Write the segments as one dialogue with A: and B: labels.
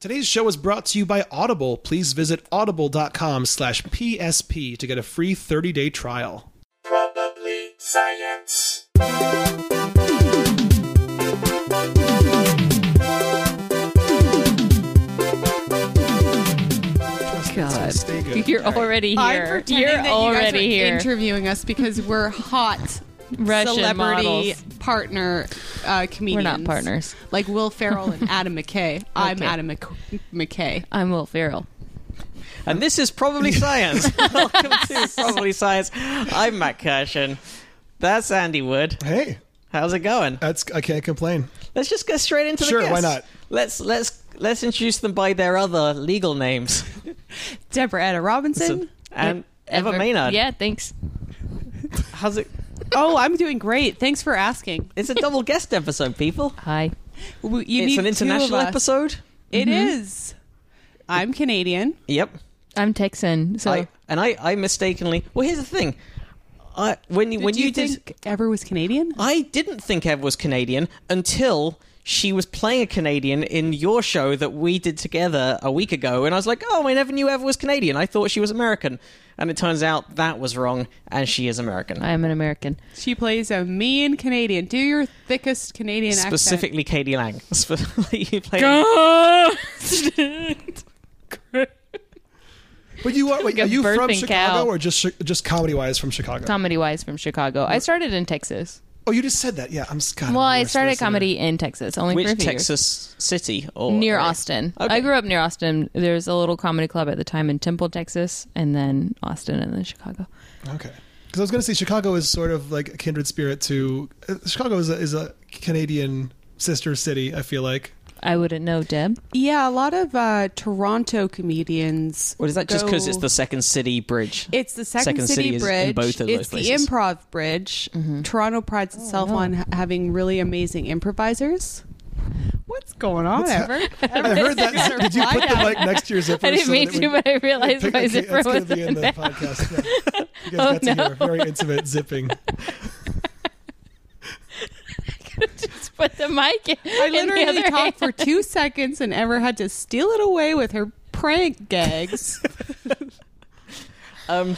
A: Today's show is brought to you by Audible. Please visit audible.com slash PSP to get a free 30 day trial.
B: Probably science.
A: Trust me, it's gonna
C: God.
A: Stay good.
C: You're already here.
D: I'm pretending
C: You're
D: that you guys
C: already
D: were
C: here.
D: interviewing us because we're hot
C: Russian
D: celebrity
C: models.
D: partner uh,
C: We're
D: comedians.
C: not partners.
D: Like Will Ferrell and Adam McKay. I'm
C: Okay.
D: Adam Mc- McKay.
C: I'm Will Ferrell.
E: And this is Probably Science. Welcome to Probably Science. I'm Matt Kirshen. That's Andy Wood.
A: Hey,
E: How's it going?
A: that's I can't complain.
E: Let's just get straight into
A: Sure,
E: the
A: why
E: guests.
A: not?
E: Let's let's let's introduce them by their other legal names.
D: Deborah Etta Robinson.
E: And Eva Maynard.
C: Yeah, thanks.
E: How's it?
D: oh, I'm doing great. Thanks for asking.
E: It's a double guest episode, people.
C: Hi.
D: W- You
E: it's
D: need
E: an
D: two
E: international
D: of us.
E: episode. Mm-hmm.
D: It is. I'm Canadian.
E: Yep.
C: I'm Texan. So
E: I, and I, I mistakenly. Well, here's the thing. I, when you when
D: Do you,
E: did, Uh,
D: think ever was Canadian?
E: I didn't think Ev was Canadian until she was playing a Canadian in your show that we did together a week ago. And I was like, oh, I never knew Ev was Canadian. I thought she was American. And it turns out that was wrong, and she is American.
C: I am an American.
D: She plays a mean Canadian. Do your thickest Canadian
E: Specifically, Katie Lang. Specifically, you played-
A: But you are, wait,
C: a
A: are you from
C: burping
A: Chicago
C: cow.
A: or just chi- just comedy wise from Chicago?
C: Comedy wise from Chicago. I started in Texas.
A: Oh, you just said that. Yeah, I'm Scott.
C: Well, I started comedy in Texas, only for a
E: Which
C: few years.
E: Texas city? Or
C: Near
E: area?
C: Austin.
E: Okay.
C: I grew up near Austin. There's a little comedy club at the time in Temple, Texas, and then Austin and then Chicago.
A: Okay. Because I was going to say Chicago is sort of like a kindred spirit to uh, Chicago is a, is a Canadian sister city. I feel like
C: I wouldn't know, Deb.
D: Yeah, a lot of uh, Toronto comedians.
E: Or is that just because
D: go-
E: it's the second city bridge?
D: It's the second,
E: Second
D: city,
E: City is in
D: bridge.
E: both of those
D: it's
E: places.
D: the improv bridge. Toronto prides itself on ha- having really amazing improvisers. What's going on, Ever?
A: I heard that. Did you put the mic next to your zipper?
C: I didn't
A: so
C: mean
A: that it
C: to,
A: would-
C: but I realized
A: Pick-
C: my
A: okay,
C: zipper
A: that's gonna
C: was
A: be in the podcast. Yeah. You guys
C: Oh,
A: got to
C: no.
A: hear very intimate zipping.
C: just put the mic in.
D: I
C: in the
D: literally
C: other
D: talked for
C: hand.
D: two seconds and Ever had to steal it away with her prank gags.
E: Um,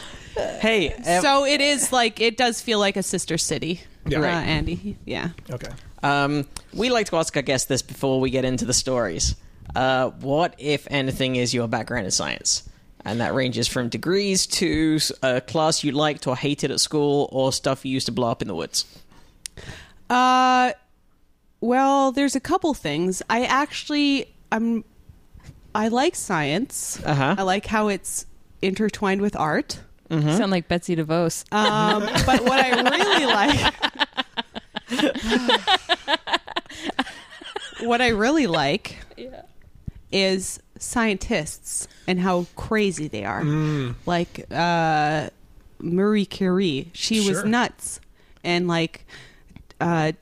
E: hey, Ev,
D: so it is like it does feel like a sister city.
A: Yeah.
D: uh,
A: Right.
D: Andy. Yeah.
A: Okay.
E: Um, we like to ask our guests this before we get into the stories. Uh, what, if anything, is your background in science? And that ranges from degrees to a class you liked or hated at school or stuff you used to blow up in the woods.
D: Uh, well, there's a couple things. I actually, I'm, I like science.
E: Uh-huh.
D: I like how it's intertwined with art.
E: Mm-hmm.
C: You sound like Betsy DeVos.
D: Um, but what I really like, what I really like, is scientists and how crazy they are.
E: Mm.
D: Like uh, Marie Curie, she was
A: Sure.
D: nuts, and like uh,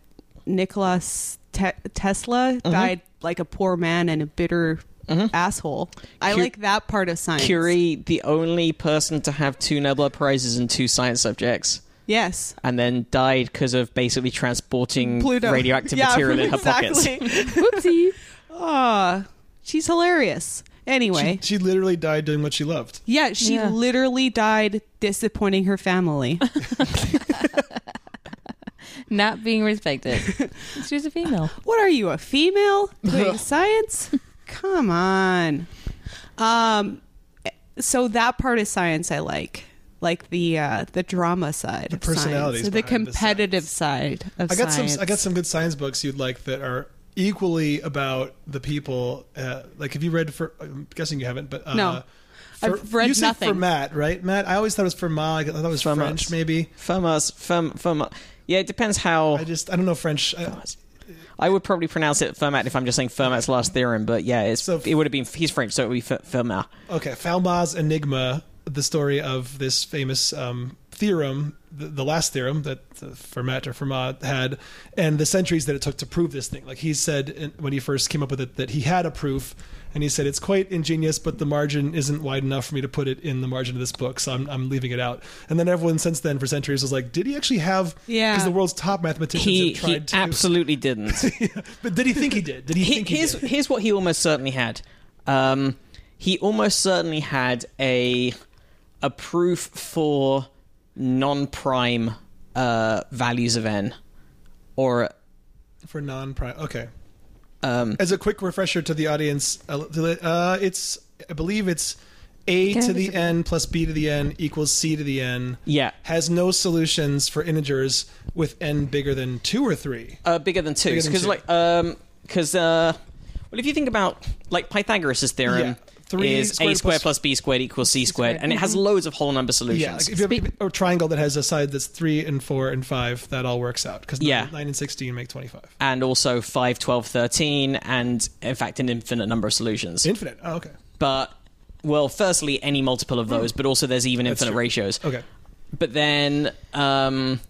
D: Nicholas Te- Tesla
E: Mm-hmm.
D: died like a poor man and a bitter asshole. I
E: Cu-
D: like that part of science.
E: Curie, the only person to have two Nobel Prizes and two science subjects,
D: yes.
E: and then died because of basically transporting
D: Pluto.
E: radioactive
D: Yeah,
E: material in her
D: exactly.
E: pockets.
C: Whoopsie.
D: Ah, she's hilarious. Anyway,
A: She literally died doing what she loved.
D: yeah, she
C: Yeah.
D: literally died disappointing her family.
C: Not being respected. She's a female.
D: what are you, a female doing science? Come on. Um, so that part of science I like, like the uh, the drama side, the
A: personalities
D: the
A: behind the
D: competitive side of
A: I got
D: science.
A: some. I got some good science books you'd like that are equally about the people. Uh, like, have you read? For I'm guessing you haven't, but uh,
D: No.
A: for-
D: I've read
A: you said for
D: nothing.
A: Matt, right? Matt. I always thought it was for Ma. I thought it was
E: For Ma.
A: French, maybe.
E: From us, from, from, yeah, it depends how.
A: I just I don't know French. I,
E: I would probably pronounce it Fermat if I'm just saying Fermat's last theorem, but yeah, it's,
A: So-
E: it would have been he's French, so it would be Fer- Fermat.
A: Okay, Falma's Enigma, the story of this famous um, theorem, the, the last theorem that uh, Fermat or Fermat had, and the centuries that it took to prove this thing. Like he said in, when he first came up with it that he had a proof, and he said it's quite ingenious, but the margin isn't wide enough for me to put it in the margin of this book, so I'm, I'm leaving it out. And then everyone since then for centuries was like, did he actually have?
D: Yeah.
A: Because the world's top mathematicians
E: He,
A: have tried
E: he
A: to.
E: absolutely didn't.
A: but did he think he did? Did he,
E: he,
A: think he
E: here's
A: did?
E: here's what he almost certainly had. Um, he almost certainly had a a proof for non-prime uh, values of n, or
A: for non-prime. Okay.
E: Um,
A: As a quick refresher to the audience, uh, to the- uh, it's I believe it's a
C: Yeah,
A: to the
C: it's
A: n plus b to the n equals c to the n.
E: Yeah.
A: Has no solutions for integers with n bigger than two or three.
E: Uh, bigger than two,
A: Bigger than
E: because
A: two.
E: like um, because uh, well, if you think about like Pythagoras' theorem
A: Yeah. Three
E: is a
A: squared
E: squared
A: plus- Mm-hmm.
E: plus b squared equals c squared,
C: squared.
E: and it has loads of whole number
A: Yeah,
E: solutions.
A: like if you have a triangle that has a side that's three and four and five, that all works out because
E: Yeah.
A: nine and sixteen make twenty-five.
E: and also 5, 12, 13, and in fact, an infinite number of solutions.
A: Infinite. Oh, okay.
E: but, well, firstly, any multiple of those, but also there's even infinite
A: true.
E: ratios.
A: Okay.
E: But then um,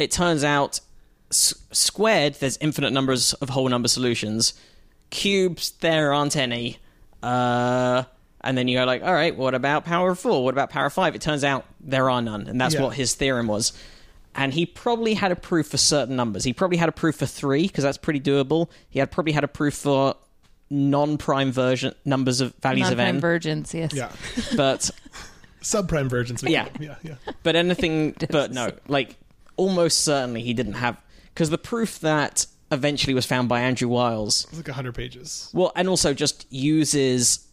E: it turns out s- squared, there's infinite numbers of whole number solutions. Cubes, there aren't any. Uh, and then you go like, all right, what about power of four? What about power of five? It turns out there are none, and that's
A: Yeah.
E: what his theorem was. And he probably had a proof for certain numbers. He probably had a proof for three because that's pretty doable. He had probably had a proof for non-prime version numbers of values of
C: Non-prime
E: n,
C: virgins, yes.
A: Yeah.
E: but
A: Subprime versions. we
E: Yeah.
A: call them. Yeah. Yeah.
E: but anything but no like almost certainly he didn't have because the proof that eventually was found by andrew wiles
A: It's like hundred pages.
E: well and also just uses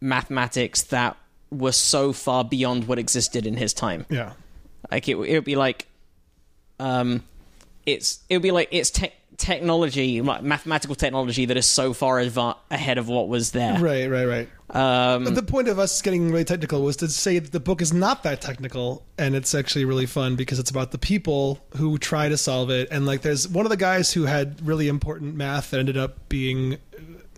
E: mathematics that were so far beyond what existed in his time
A: Yeah.
E: like it, it would be like um it's it would be like it's tech technology like mathematical technology that is so far adva- ahead of what was there
A: Right. Right. Right.
E: um
A: But the point of us getting really technical was to say that the book is not that technical and it's actually really fun because it's about the people who try to solve it and like there's one of the guys who had really important math that ended up being uh,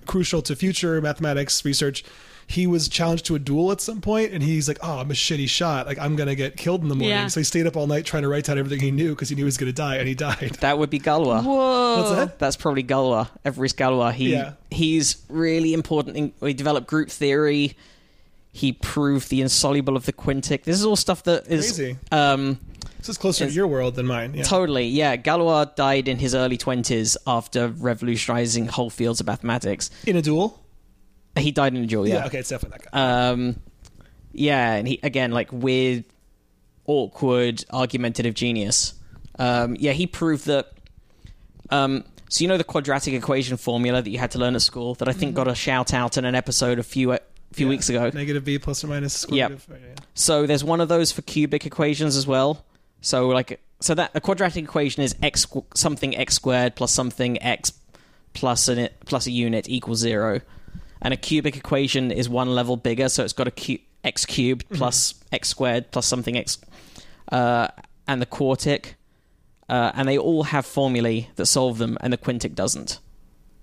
A: crucial to future mathematics research he was challenged to a duel at some point and he's like oh i'm a shitty shot like i'm gonna get killed in the morning
C: Yeah.
A: so he stayed up all night trying to write down everything he knew because he knew he was gonna die and he died
E: that would be Galois. Oh.
C: Whoa.
A: What's that?
E: That's probably Galois. Every's Galois. He
A: Yeah.
E: he's really important. In, he developed group theory. He proved the insoluble of the quintic. This is all stuff that is
A: Crazy.
E: um
A: this is closer to your world than mine yeah.
E: totally yeah. Galois died in his early twenties after revolutionizing whole fields of mathematics.
A: in a duel
E: He died in a duel.
A: yeah.
E: Yeah.
A: okay it's definitely that guy
E: Um, yeah, and he again like weird, awkward, argumentative genius. Um, yeah, he proved that. Um, so you know the quadratic equation formula that you had to learn at school that I think got a shout out in an episode a few a few
A: Yeah.
E: weeks ago.
A: negative b plus or minus square
E: Yep.
A: root of- yeah.
E: So there's one of those for cubic equations as well. So like so that a quadratic equation is x squ- something x squared plus something x plus an plus a unit equals zero, and a cubic equation is one level bigger, so it's got a cu- x cubed plus x squared plus something x, uh, and the quartic, uh, and they all have formulae that solve them, and the quintic doesn't.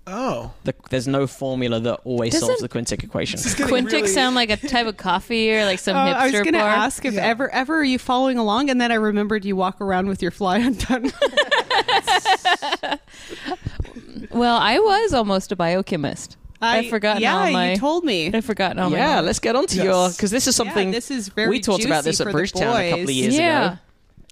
A: oh
E: The, there's no formula that always solves
C: Doesn't-
E: the quintic equation.
C: Quintic sound like a type of coffee or like some
D: Uh,
C: hipster
D: I was going to
C: bar?
D: ask if
A: Yeah.
D: ever ever are you following along, and then I remembered you walk around with your fly undone.
C: Well, I was almost a biochemist. I, would forgotten
D: Yeah,
C: all my.
D: you told me.
C: I'd forgotten all Oh my.
E: yeah, let's get on to your
A: Yes.
E: because this is something
D: this is very
E: we talked about this
D: juicy
E: at
D: for the
E: Bridgetown a couple of
D: boys.
E: years
C: Yeah.
E: ago.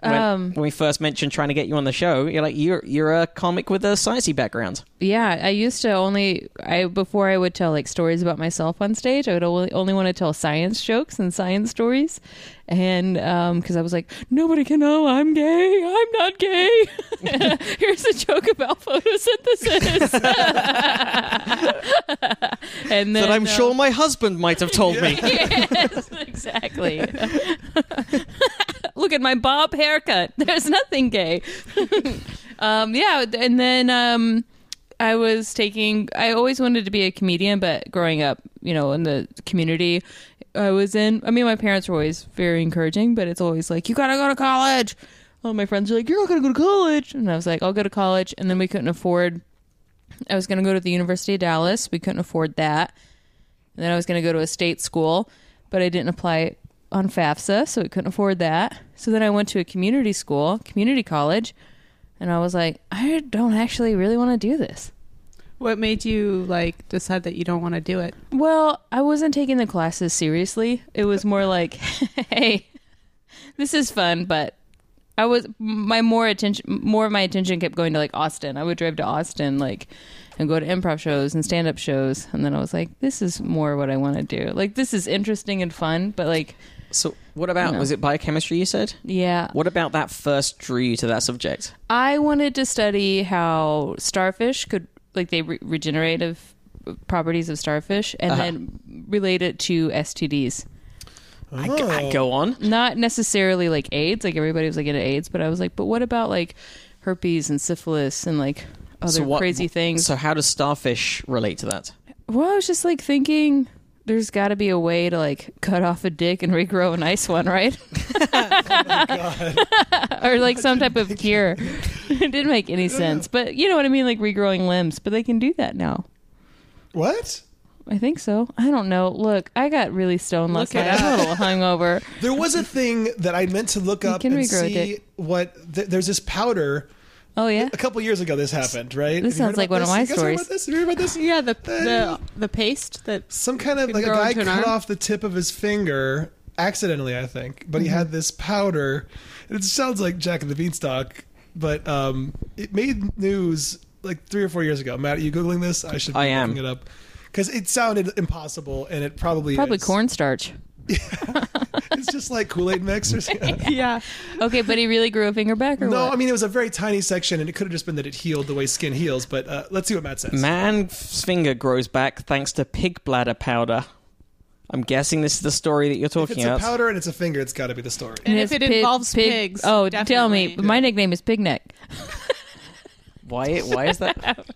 E: When,
C: Um,
E: when we first mentioned trying to get you on the show, you're like you're you're a comic with a sciencey background.
C: Yeah, I used to only I before I would tell like stories about myself on stage. I would only, only want to tell science jokes and science stories, and because I was like, nobody can know I'm gay. I'm not gay. Here's a joke about photosynthesis. and then
E: That I'm
C: uh,
E: sure my husband might have told me.
C: yes, exactly. Look at my bob haircut. There's nothing gay. um, yeah, and then um, I was taking. I always wanted to be a comedian, but growing up, you know, in the community I was in, I mean, my parents were always very encouraging, but it's always like, you gotta go to college. All my friends are like, you're not gonna go to college, and I was like, I'll go to college, and then we couldn't afford. I was going to go to the University of Dallas. We couldn't afford that. And then I was going to go to a state school, but I didn't apply on FAFSA, so I couldn't afford that. So then I went to a community school, community college, and I was like, I don't actually really want to do this.
D: what made you like decide that you don't want to do it?
C: Well, I wasn't taking the classes seriously. It was more like, hey, this is fun, but I was my more attention more of my attention kept going to like Austin. I would drive to Austin like and go to improv shows and stand up shows. And then I was like, this is more what I want to do. Like, this is interesting and fun, but like,
E: So, what about
C: No.
E: was it biochemistry? You said.
C: yeah.
E: What about that first drew you to that subject?
C: I wanted to study how starfish could, like, they re- regenerative properties of starfish and then relate it to STDs.
E: I g-
A: Oh.
E: I go on.
C: Not necessarily like AIDS, like everybody was like into AIDS, but I was like, but what about like herpes and syphilis and like other crazy things?
E: So, how does starfish relate to that?
C: Well, I was just like thinking there's got to be a way to like cut off a dick and regrow a nice one, right?
D: Oh
C: or like some type of cure. it didn't make any sense, but you know what I mean? Like regrowing limbs, but they can do that now.
A: What?
C: I think so. I don't know. Look, I got really stoned last
D: Look it
C: night. I'm a
A: up.
C: little hungover.
A: There was a thing that I meant to look up
C: can
A: and
C: regrow a
A: see
C: dick.
A: what. Th- there's this powder.
C: Oh yeah.
A: A couple years ago, this happened, right?
C: This
A: Have you heard
C: sounds like
A: about
C: one of
A: this?
C: my
A: You guys heard
C: stories.
A: About this? Have you heard about this?
D: Yeah, the
A: the-
D: the the paste that
A: Some kind of
D: Could
A: like a
D: grow
A: guy
D: into
A: cut
D: an arm?
A: off the tip of his finger accidentally, I think, but he
C: Mm-hmm.
A: had this powder. It sounds like Jack and the Beanstalk, but um, it made news like three or four years ago. Matt, are you googling this? I should. Be
E: I am.
A: looking it up because it sounded impossible, and it probably
C: Probably
A: is.
C: cornstarch.
A: It's just like Kool Aid mix or something.
D: yeah.
C: Okay, but he really grew a finger back or
A: No,
C: what?
A: I mean it was a very tiny section, and it could have just been that it healed the way skin heals. But uh, let's see what Matt says.
E: Man's finger grows back thanks to pig bladder powder. I'm guessing this is the story that you're
A: if
E: talking
A: it's a
E: about.
A: powder and it's a finger, it's got to be the story.
D: And
C: it's
D: if it
C: pig-
D: involves
C: pig-
D: pigs,
C: Oh, tell me.
D: definitely.
C: My nickname is Pig Neck.
E: why? Why is that?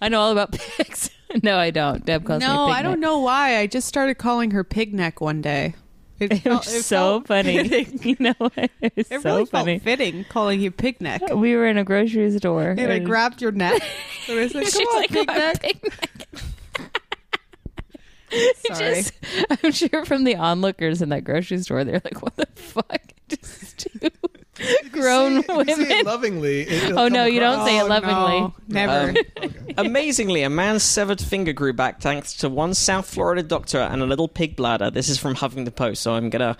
C: I know all about pigs. no, I don't. Deb calls me.
D: No,
C: Pig
D: I don't
C: Neck.
D: know why. I just started calling her pig neck one day.
C: It was so funny. you know, what? it was
D: It
C: so
D: really
C: funny.
D: felt fitting calling you pig neck.
C: we were in a grocery store,
D: And I grabbed your neck. And I said,
C: She's
D: Come on,
C: like, "Oh,
D: pig
C: "My
D: neck.
C: Pig Neck.
D: Sorry.
C: Just- I'm sure from the onlookers in that grocery store, they're like, "What the fuck?" Just two grown
A: If you say- if you say it
C: women.
A: lovingly. it- it'll
C: Oh no,
A: come
C: you don't
A: across.
C: say it
D: Oh,
C: lovingly. Uh,
D: no, never.
E: Um, Amazingly, a man's severed finger grew back thanks to one South Florida doctor and a little pig bladder. This is from Huffington Post, so I'm gonna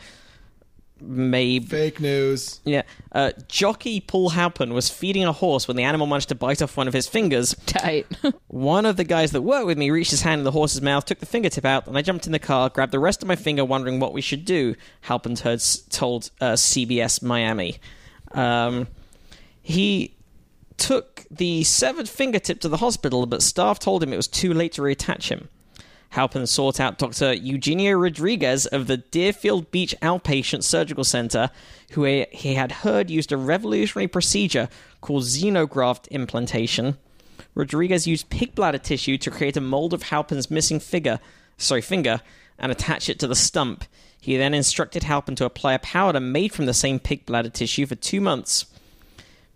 E: maybe
A: Fake news.
E: yeah. Uh, jockey Paul Halpin was feeding a horse when the animal managed to bite off one of his fingers.
C: Tight.
E: One of the guys that worked with me reached his hand in the horse's mouth, took the fingertip out, and I jumped in the car, grabbed the rest of my finger, wondering what we should do. Halpin heard, told uh, CBS Miami. Um, he took the severed fingertip to the hospital, but staff told him it was too late to reattach him. Halpin sought out Dr. Eugenio Rodriguez of the Deerfield Beach Outpatient Surgical Center, who he he had heard used a revolutionary procedure called xenograft implantation. Rodriguez used pig bladder tissue to create a mold of Halpin's missing figure, sorry, finger, and attach it to the stump. He then instructed Halpin to apply a powder made from the same pig bladder tissue for two months.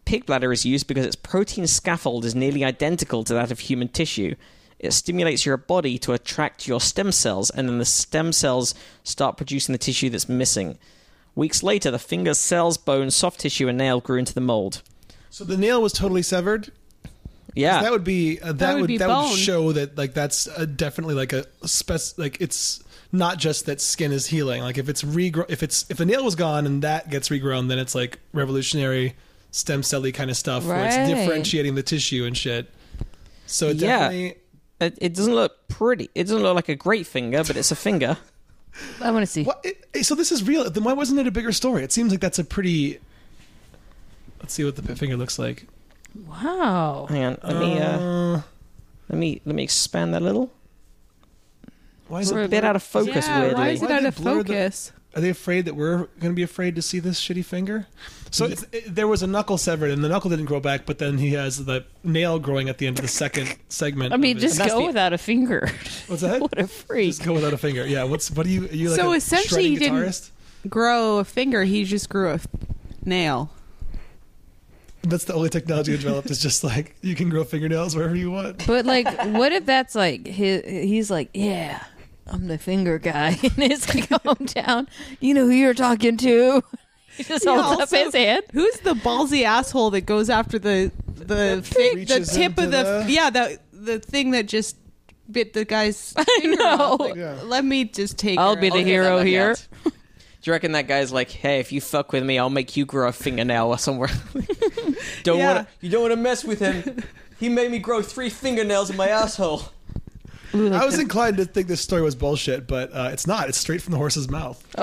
E: Pig bladder is used because its protein scaffold is nearly identical to that of human tissue. It stimulates your body to attract your stem cells, and then the stem cells start producing the tissue that's missing. Weeks later, the finger, cells, bone, soft tissue, and nail grew into the mold.
A: So the nail was totally severed.
E: Yeah,
A: That would be uh, that,
D: would
A: would
D: be
A: that
D: bone.
A: would show that like that's uh, definitely like a spec like it's not just that skin is healing. Like if it's regrow if it's if the nail was gone and that gets regrown, then it's like revolutionary stem cell kind of stuff where
C: Right.
A: it's differentiating the tissue and shit. So it
E: Yeah.
A: definitely
E: it, it doesn't look pretty. It doesn't look like a great finger, but it's a finger.
C: I want to see.
A: What, it, so this is real. Then why wasn't it a bigger story? It seems like that's a pretty. Let's see what the finger looks like.
C: Wow.
E: Hang on, let me uh,
A: Uh,
E: let me let me expand that a little.
A: why is
E: It's
A: it,
E: a bit out of focus,
D: yeah,
E: weirdly.
D: why is it
A: Why
D: out
A: they
D: of
A: blur the-
D: focus?
A: are they afraid that we're going to be afraid to see this shitty finger? So it's, it, there was a knuckle severed, and the knuckle didn't grow back. But then he has the nail growing at the end of the second segment.
C: I mean,
A: of his-
C: just
E: that's
C: go
E: the-
C: without a finger.
A: what's that?
C: what a freak.
A: Just go without a finger. Yeah. What's what do you? Are you like
D: So
A: a
D: essentially
A: shredding
D: he didn't-
A: guitarist?
D: Grow a finger. He just grew a f- nail.
A: That's the only technology developed. is just like you can grow fingernails wherever you want.
C: But like, what if that's like his, he's like, yeah, I'm the finger guy, and it's like hometown. You know who you're talking to. He just
D: Yeah,
C: holds
D: also-
C: up his hand.
D: Who's the ballsy asshole that goes after the the fi- the
A: Reaches
D: tip of
A: into
D: the,
A: the-
D: yeah the the thing that just bit the guy's finger
C: know.
D: off? Like,
A: Yeah.
D: Let me just take.
C: I'll
D: her
C: be the
D: out.
E: Okay,
C: hero
E: that- that-
C: here.
E: yeah. Do you reckon that guy's like, hey, if you fuck with me, I'll make you grow a fingernail or somewhere? don't
D: Yeah.
E: want you don't want to mess with him. He made me grow three fingernails in my asshole.
A: I was inclined to think this story was bullshit, but uh, it's not. It's straight from the horse's mouth. I'm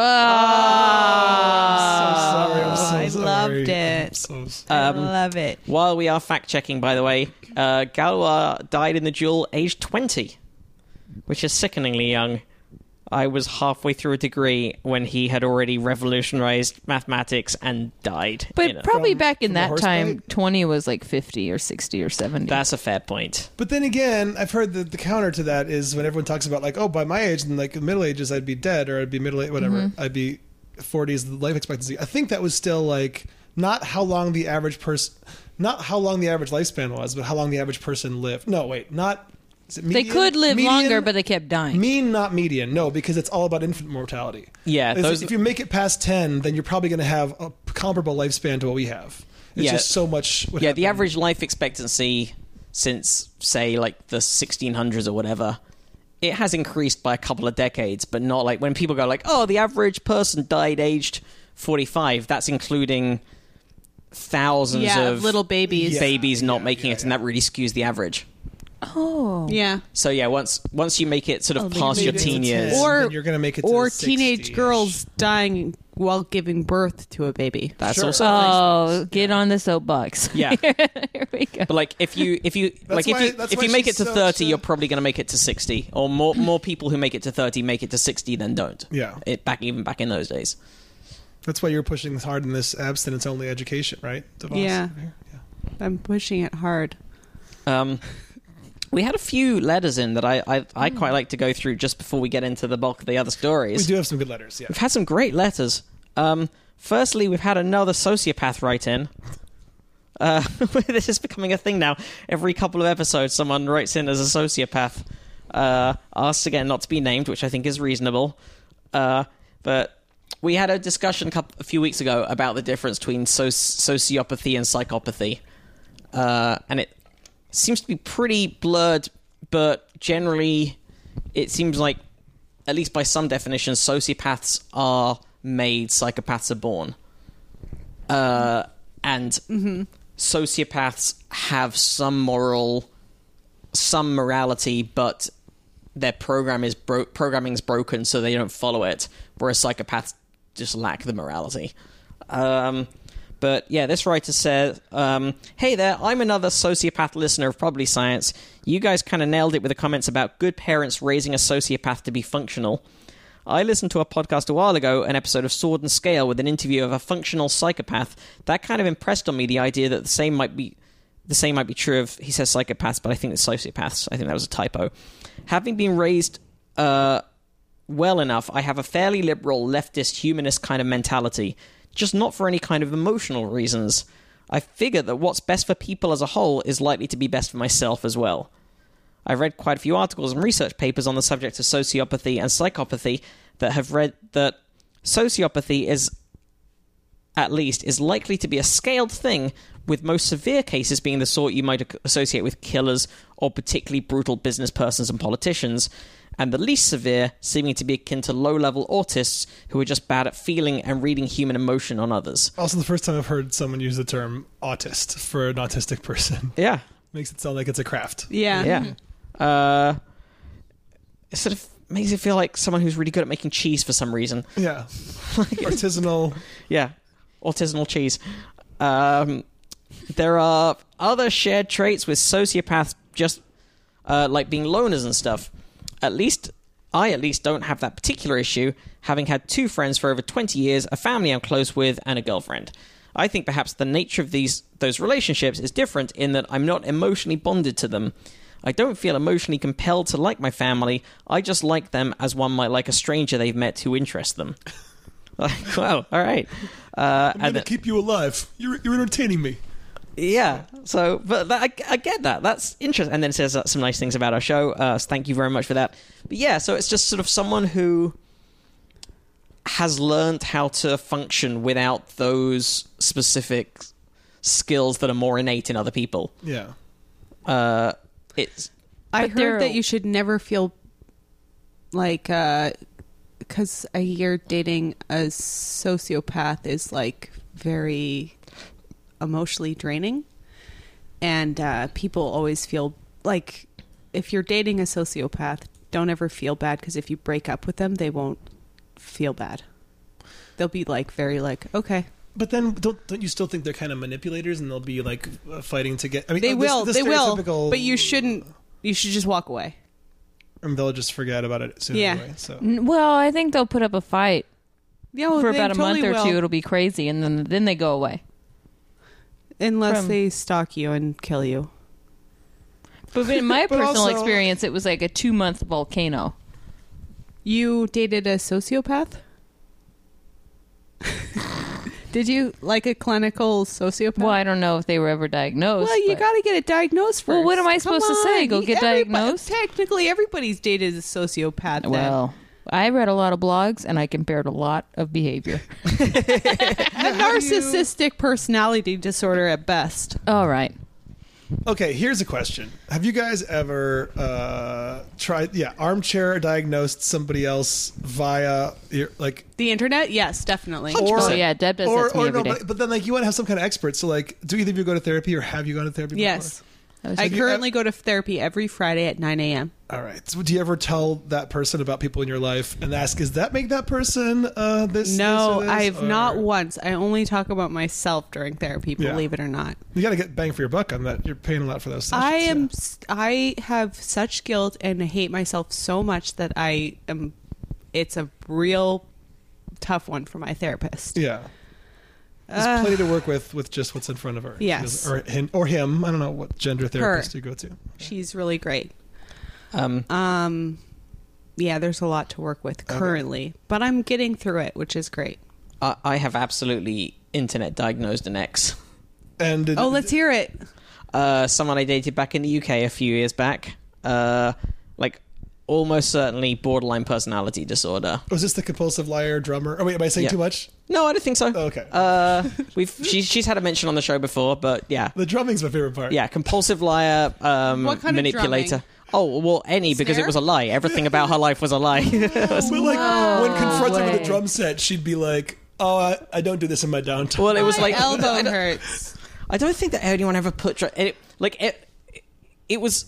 A: sorry. I'm so
D: I
A: sorry.
D: loved
A: I'm
D: it.
A: so sorry.
D: I love it.
E: While we are fact checking, by the way, uh, Galois died in the duel aged 20, which is sickeningly young. I was halfway through a degree when he had already revolutionized mathematics and died.
C: But
E: you know.
C: probably
A: From-
C: back in
A: from the
C: that
A: horse
C: time,
A: bite?
C: 20 was like 50 or 60 or 70.
E: that's a fair point.
A: But then again, I've heard that the counter to that is when everyone talks about like, oh, by my age and like the middle ages, I'd be dead or I'd be middle age, whatever.
C: Mm-hmm.
A: I'd be forties life expectancy. I think that was still like not how long the average person, not how long the average lifespan was, but how long the average person lived. No, wait, not. Is it
C: they
A: median?
C: could live
A: Median?
C: longer, but they kept dying.
A: Mean, not median. No, because it's all about infant mortality.
E: Yeah,
A: It's-
E: those-
A: if you make it past ten, then you're probably going to have a comparable lifespan to what we have. It's
E: Yeah.
A: just so much. What
E: Yeah, the
A: happened.
E: average life expectancy since, say, like the 1600s or whatever, it has increased by a couple of decades, but not like when people go, like, oh, the average person died aged 45. That's including thousands
D: Yeah,
E: of
D: little babies. Yeah.
E: babies not making it, and that really skews the average.
C: oh.
D: Yeah.
E: So yeah, once once you make it sort of past
A: maybe
E: your
A: it's a
E: teen
A: 10.
E: years,
A: Or- then you're gonna make it to
D: or
A: 60-ish.
D: teenage girls dying while giving birth to a baby.
E: that's
A: Sure.
E: also.
C: Oh, get on the soapbox.
E: Yeah.
C: Here we go.
E: But like if you if you like
A: why-
E: if you
A: that's
E: if
A: why
E: you make it
A: she's
E: to
A: such
E: thirty,
A: a-
E: you're probably going to make it to sixty, or more more people who make it to thirty make it to sixty than don't.
A: Yeah.
E: it back even back in those days.
A: That's why you're pushing hard in this abstinence only education, right? Devos?
D: Yeah.
A: yeah.
D: I'm pushing it hard.
E: Um, we had a few letters in that I I, I quite like to go through just before we get into the bulk of the other
A: We
E: stories.
A: do have some good letters. Yeah.
E: We've had some great letters. Um, firstly, we've had another sociopath write in. Uh, this is becoming a thing now. Every couple of episodes, someone writes in as a sociopath. Uh, asks again not to be named, which I think is reasonable. Uh, but we had a discussion coup a few weeks ago about the difference between soci- sociopathy and psychopathy. Uh, and it seems to be pretty blurred, but generally, it seems like at least by some definitions, sociopaths are made, psychopaths are born. Uh, and sociopaths have some moral, some morality, but their program is bro- programming's broken, so they don't follow it. Whereas psychopaths just lack the morality. Um, but yeah, this writer said, um, "Hey there, I'm another sociopath listener of Probably Science. You guys kind of nailed it with the comments about good parents raising a sociopath to be functional. I listened to a podcast a while ago, an episode of Sword and Scale, with an interview of a functional psychopath. That kind of impressed on me the idea that the same might be." the same might be true of he says psychopaths, but I think it's sociopaths. I think that was a typo. Having been raised uh, well enough, I have a fairly liberal, leftist, humanist kind of mentality, just not for any kind of emotional reasons. I figure that what's best for people as a whole is likely to be best for myself as well. I've read quite a few articles and research papers on the subject of sociopathy and psychopathy that have read that sociopathy is at least, is likely to be a scaled thing, with most severe cases being the sort you might ac- associate with killers or particularly brutal business persons and politicians, and the least severe seeming to be akin to low level autists who are just bad at feeling and reading human emotion on others.
A: Also, the first time I've heard someone use the term autist for an autistic person
E: Yeah.
A: makes it sound like it's a craft.
D: Yeah.
E: Yeah. Uh, it sort of makes it feel like someone who's really good at making cheese for some reason.
A: Yeah. Artisanal.
E: Yeah, artisanal cheese. Um, there are other shared traits with sociopaths, just uh, like being loners and stuff. At least I, at least, don't have that particular issue, having had two friends for over twenty years, a family I'm close with, and a girlfriend. I think perhaps the nature of these those relationships is different in that I'm not emotionally bonded to them. I don't feel emotionally compelled to like my family. I just like them as one might like a stranger they've met who interests them. Like, wow, all right.
A: I'm
E: Uh, and
A: going to
E: th-
A: keep you alive. You're, you're entertaining me.
E: yeah, so, but that, I, I get that. That's interesting. And then it says uh, some nice things about our show. Uh, so thank you very much for that. But yeah, so it's just sort of someone who has learned how to function without those specific skills that are more innate in other people.
A: Yeah.
E: Uh, it's
D: I
C: But they're-
D: heard that you should never feel like because I hear dating a sociopath is like very emotionally draining, and uh, people always feel like if you're dating a sociopath, don't ever feel bad because if you break up with them, they won't feel bad. They'll be like very like okay,
A: But then, don't don't you still think they're kind of manipulators, and they'll be like uh, fighting to get? I mean,
D: they
A: this-
D: will,
A: this
D: they will,
A: stereotypical-
D: but you shouldn't. You should just walk away.
A: and they'll just forget about it soon.
D: Yeah.
A: Anyway, so
C: N- Well, I think they'll put up a fight
D: Yeah, well,
C: for
D: they
C: about a
D: Oh, totally
C: month or
D: will.
C: two. It'll be crazy, and then then they go away.
D: unless
C: from-
D: they stalk you and kill you.
C: But in my
A: But
C: personal
A: also-
C: experience, it was like a two month volcano.
D: You dated a sociopath? Did you like a clinical sociopath?
C: Well, I don't know if they were ever diagnosed.
D: Well, you
C: but-
D: got to get it diagnosed first.
C: Well, what am I
D: Come
C: supposed to say?
D: on.
C: Go get
D: Everybo-
C: diagnosed?
D: Technically, everybody's dated a sociopath. then.
C: Well, I read a lot of blogs and I compared a lot of behavior.
D: a narcissistic personality disorder at best.
C: All right.
A: okay, here's a question: Have you guys ever uh, tried? Yeah, armchair diagnosed somebody else via your, like
D: The internet, yes, definitely.
C: Oh, yeah, Deb does that to me every day.
A: But, but then like you want to have some kind of expert. So like, do either of you go to therapy or have you gone to therapy? before?
D: Yes,
C: was
D: I currently go to therapy every Friday at nine a.m.
A: All right. So do you ever tell that person about people in your life and ask, "Is that make that person uh, this?" this, or
D: No,
A: this?"
D: I've
A: Or-
D: not once. I only talk about myself during therapy,
A: Yeah.
D: believe it or not.
A: You got to get bang for your buck on that. You're paying a lot for those. Sessions.
D: I am.
A: yeah.
D: s I I have such guilt and hate myself so much that I am. It's a real tough one for my therapist.
A: Yeah. There's plenty to work with with just what's in front of her. She
D: Yes.
A: doesn't- Or him, or him. I don't know what gender therapist you go to.
D: She's really great.
E: Um,
D: Um, yeah, there's a lot to work with currently, but I'm getting through it, which is great.
E: I, I have absolutely internet diagnosed an ex.
A: And did-
D: Oh, let's hear it.
E: uh, someone I dated back in the UK a few years back. Uh, like almost certainly borderline personality disorder.
A: was this the compulsive liar drummer? Oh wait, am I saying
E: Yeah.
A: too much? Oh,
E: No, I don't think so.
A: Okay.
E: Uh, we've she, she's had a mention on the show before, but yeah,
A: The drumming's my favorite part.
E: yeah, compulsive liar, um,
D: What kind of
E: manipulator.
D: drumming?
E: oh well, any because it
D: Snare?
E: was a lie. Everything about her life was a lie.
A: But like when confronted with
C: way.
A: a drum set, she'd be like, "Oh, I, I don't do this in my downtime."
E: well, it was
D: My
E: like I
D: elbow
E: don't-
D: hurts.
E: I don't think that anyone ever put dr- it, like it. It was,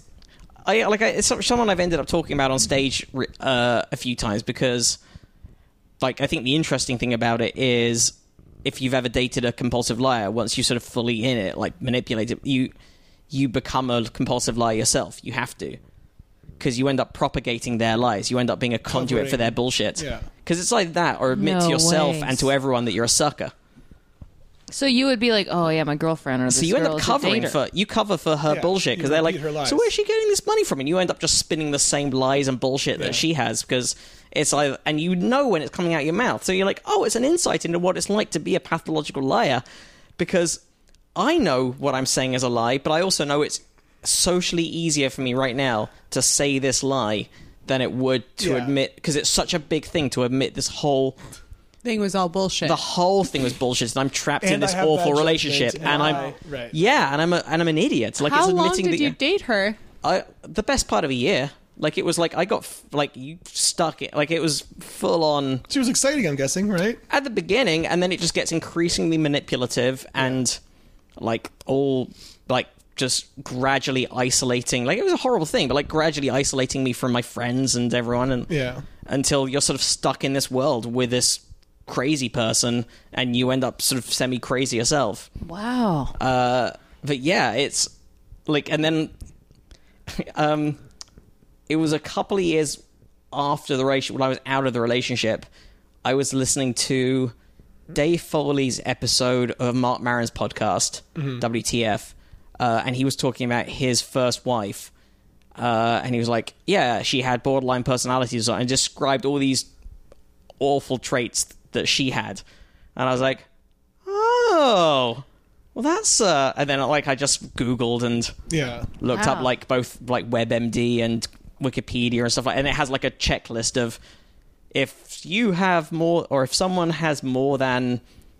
E: I like I, it's some- someone I've ended up talking about on stage re- uh, a few times because, like, I think the interesting thing about it is if you've ever dated a compulsive liar, once you sort of fully in it, like manipulate it, you you become a compulsive liar yourself. You have to. Because you end up propagating their lies, you end up being a conduit for
A: Covering.
E: their bullshit.
A: Yeah.
E: Because it's like that, or admit
C: No
E: to yourself
C: ways.
E: and to everyone that you're a sucker.
C: So you would be like, oh, yeah, my girlfriend or this
E: So you end
C: girl
E: up
C: is a
E: covering
C: dater.
E: for you cover for her
A: Yeah,
E: bullshit
A: you
E: because they're like,
A: repeat her lies.
E: so where's she getting this money from? And you end up just spinning the same lies and bullshit
A: Yeah.
E: that she has because it's like, and you know when it's coming out your mouth, so you're like, oh, it's an insight into what it's like to be a pathological liar because I know what I'm saying is a lie, but I also know it's socially easier for me right now to say this lie than it would to
A: Yeah.
E: admit because it's such a big thing to admit this whole
D: Thing was all bullshit.
E: the whole thing was bullshit, and I'm trapped in
A: And I
E: this
A: have bad
E: awful
A: judgment,
E: relationship,
A: and
E: and
A: I-
E: I'm
A: right.
E: yeah, and I'm a, and I'm an idiot. Like
D: How
E: it's
D: long
E: admitting
D: did
E: that
D: you date her?
E: I, the best part of a year. Like it was like I got f- like you stuck it like it was full on
A: she was exciting. I'm guessing, right?
E: at the beginning, and then it just gets increasingly manipulative and like all like just gradually isolating. Like it was a horrible thing, but like gradually isolating me from my friends and everyone, and
A: Yeah.
E: until you're sort of stuck in this world with this crazy person and you end up sort of semi crazy yourself.
C: Wow.
E: Uh, but yeah, it's like, and then um, it was a couple of years after the relationship, when I was out of the relationship, I was listening to Dave Foley's episode of Mark Maron's podcast, WTF, uh, and he was talking about his first wife. Uh, and he was like, yeah, she had borderline personality disorder and described all these awful traits that she had. And I was like, oh, well, that's. Uh... And then, like, I just Googled and
A: Yeah.
E: looked up
C: Wow.
E: like both like WebMD and Wikipedia and stuff like and it has like a checklist of if you have more or if someone has more than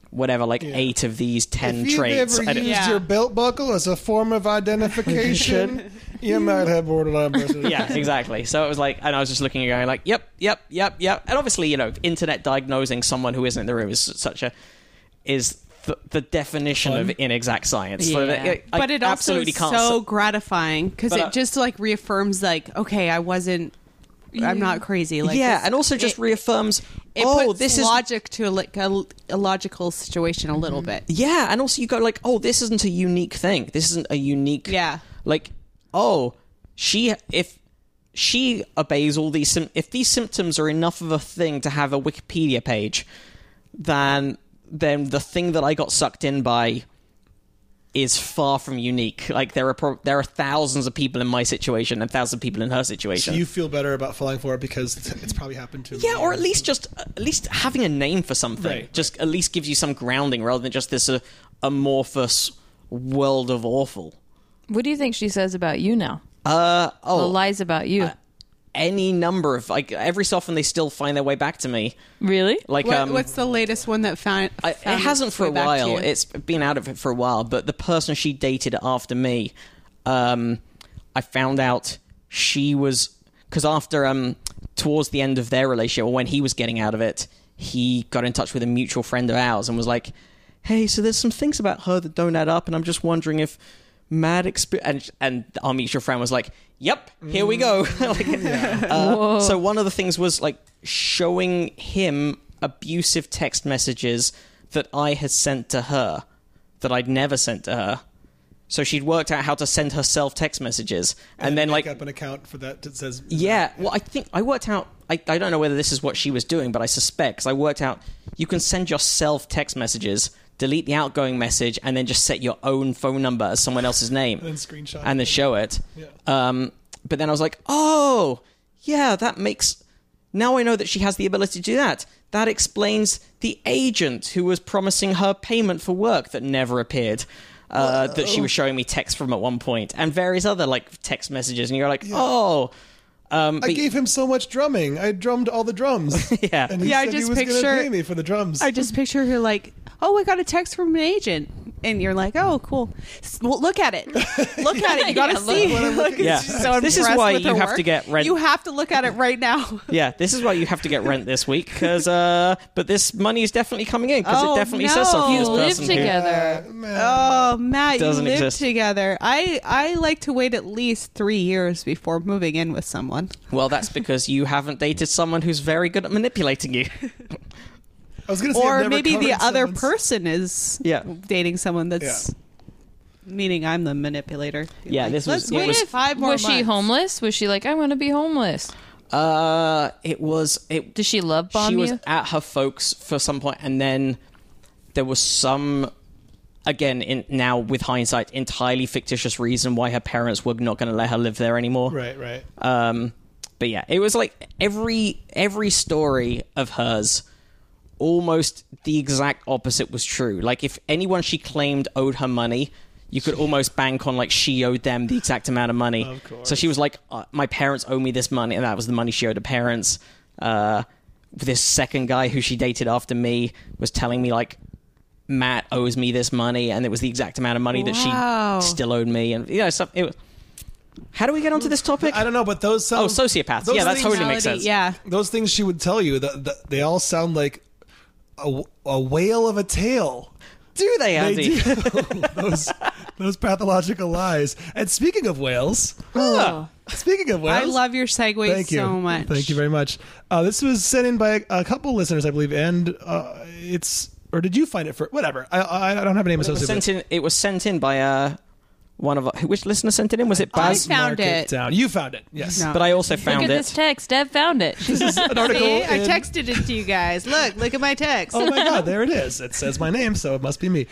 E: whatever like eight of these ten
A: if
E: traits
A: you've
E: I
A: ever
E: don't-
A: used
D: Yeah.
A: your belt buckle as a form of identification, you might have borderline personality.
E: yeah exactly so it was like and i was just looking and going like yep yep yep yep and obviously you know internet diagnosing someone who isn't in the room is such a is the, the definition of inexact science. So
C: Yeah.
E: that- I
D: but it also
E: absolutely
D: is
E: can't.
D: so gratifying because
E: But
D: it
E: I-
D: just like reaffirms like okay I wasn't I'm not crazy like
E: yeah,
D: this-
E: and also just reaffirms.
D: it
E: oh,
D: puts
E: this is
D: logic to like a, a logical situation a little bit
E: Yeah, and also you go like, oh, this isn't a unique thing. This isn't a unique.
D: Yeah.
E: Like, oh, she if she obeys all these sym- if these symptoms are enough of a thing to have a Wikipedia page, then then the thing that I got sucked in by is far from unique. Like there are pro- there are thousands of people in my situation and thousands of people in her
A: So
E: situation.
A: you feel better about falling for it because it's it's probably happened to
E: Yeah, or at least just at least having a name for something
A: Right,
E: just at least gives you some grounding rather than just this uh, amorphous world of awful.
C: What do you think she says about you now?
E: Uh
C: The
E: oh,
C: lies about you.
E: any number of like every so often they still find their way back to me.
C: really?
E: Like
D: What,
E: um,
D: what's the latest one that found,
E: I, it
D: found
E: hasn't
D: its
E: for a
D: way back to
E: while.
D: you?
E: It's been out of it for a while. But the person she dated after me, um, I found out she was because after um towards the end of their relationship, or when he was getting out of it, he got in touch with a mutual friend of ours and was like, "Hey, so there's some things about her that don't add up, and I'm just wondering if." Mad experience, and, and our mutual friend was like, "Yep, here we go." Like, uh, so one of the things was like showing him abusive text messages that I had sent to her that I'd never sent to her. So she'd worked out how to send herself text messages, and, then like
A: make up an account for that that says
E: yeah, well, I think I worked out. I, I don't know whether this is what she was doing, but I suspect 'cause I worked out you can send yourself text messages, delete the outgoing message, and then just set your own phone number as someone else's name,
A: And screenshot
E: and then
A: it.
E: show it.
A: Yeah.
E: Um, but then I was like, oh, yeah, that makes. Now I know that she has the ability to do that. That explains the agent who was promising her payment for work that never appeared. Uh, that she was showing me text from at one point, and various other like text messages, and you're like, oh, um,
A: I
E: but-
A: gave him so much drumming. I drummed all the drums.
E: Yeah.
A: and he
D: Yeah, I
A: said
D: just
A: he was going
D: picture-
A: to pay me for the drums.
D: I just picture her like, oh, I got a text from an agent, and you're like, oh, cool. S- Well, look at it, look at it. You gotta
C: Yeah, look
D: see.
A: what I'm looking
E: Yeah.
D: She's so
E: This is
D: impressed
E: why
D: with her
E: you have
D: work.
E: to get red-
D: You have to look at it right now.
E: yeah, this is why you have to get rent this week because, uh, but this money is definitely coming in because
D: Oh,
E: it definitely
D: no.
E: says something. to
C: You
E: This
C: live
D: Well,
E: person who-
A: Uh,
C: together.
D: Oh, Matt,
E: Doesn't
D: you live
E: exist.
D: together. I I like to wait at least three years before moving in with someone.
E: Well, that's because you haven't dated someone who's very good at manipulating you.
A: I was going to say, I've never
D: or maybe the
A: covered
D: other
A: someone's-
D: person is
E: Yeah.
D: dating someone that's
A: Yeah.
D: meaning I'm the manipulator.
E: Yeah, this was-
D: Let's
E: it
D: wait
E: was-
D: five more.
C: was she
D: months."
C: homeless? Was she like, I want to be homeless?
E: Uh, it was it.
C: Does she love bomb
E: she
C: you?
E: was at her folks for some point, and then there was some. Again, in, now with hindsight, entirely fictitious reason why her parents were not going to let her live there anymore.
A: Right, right.
E: Um, but yeah, it was like every every story of hers, almost the exact opposite was true. Like if anyone she claimed owed her money, you could almost bank on like she owed them the exact amount of money.
A: Of course.
E: So she was like, uh, "My parents owe me this money," and that was the money she owed her parents. Uh, this second guy who she dated after me was telling me like. Matt owes me this money, and it was the exact amount of money
D: Wow.
E: that she still owed me, and you know, stuff. It was, how do we get onto this topic?
A: I don't know, but those sound,
E: Oh, sociopaths.
A: Those
E: Yeah, that
A: things-
E: totally makes sense.
D: Yeah.
A: Those things she would tell you that, that they all sound like a, a whale of a tale.
E: Do they,
A: They do.
E: Andy?
A: those those pathological lies. And speaking of whales, speaking of whales,
D: Oh. I love your segue
A: Thank you
D: so much.
A: Thank you very much. Uh, this was sent in by a, a couple listeners, I believe, and uh, it's or did you find it for whatever? I I, I don't have a name
E: It was
A: associated. with
E: sent in. It was sent in by uh, one of our, which listener sent it in? Was it
D: I
E: Baz?
D: found
A: Mark
D: it.
A: down. You found it. Yes.
D: No.
E: But I also
C: Look
E: found
C: at this
E: it.
C: text. Deb found it.
A: This is an article.
D: See, I
A: in-
D: texted it to you guys. Look, look at my text.
A: Oh my god, there it is. It says my name, so it must be me.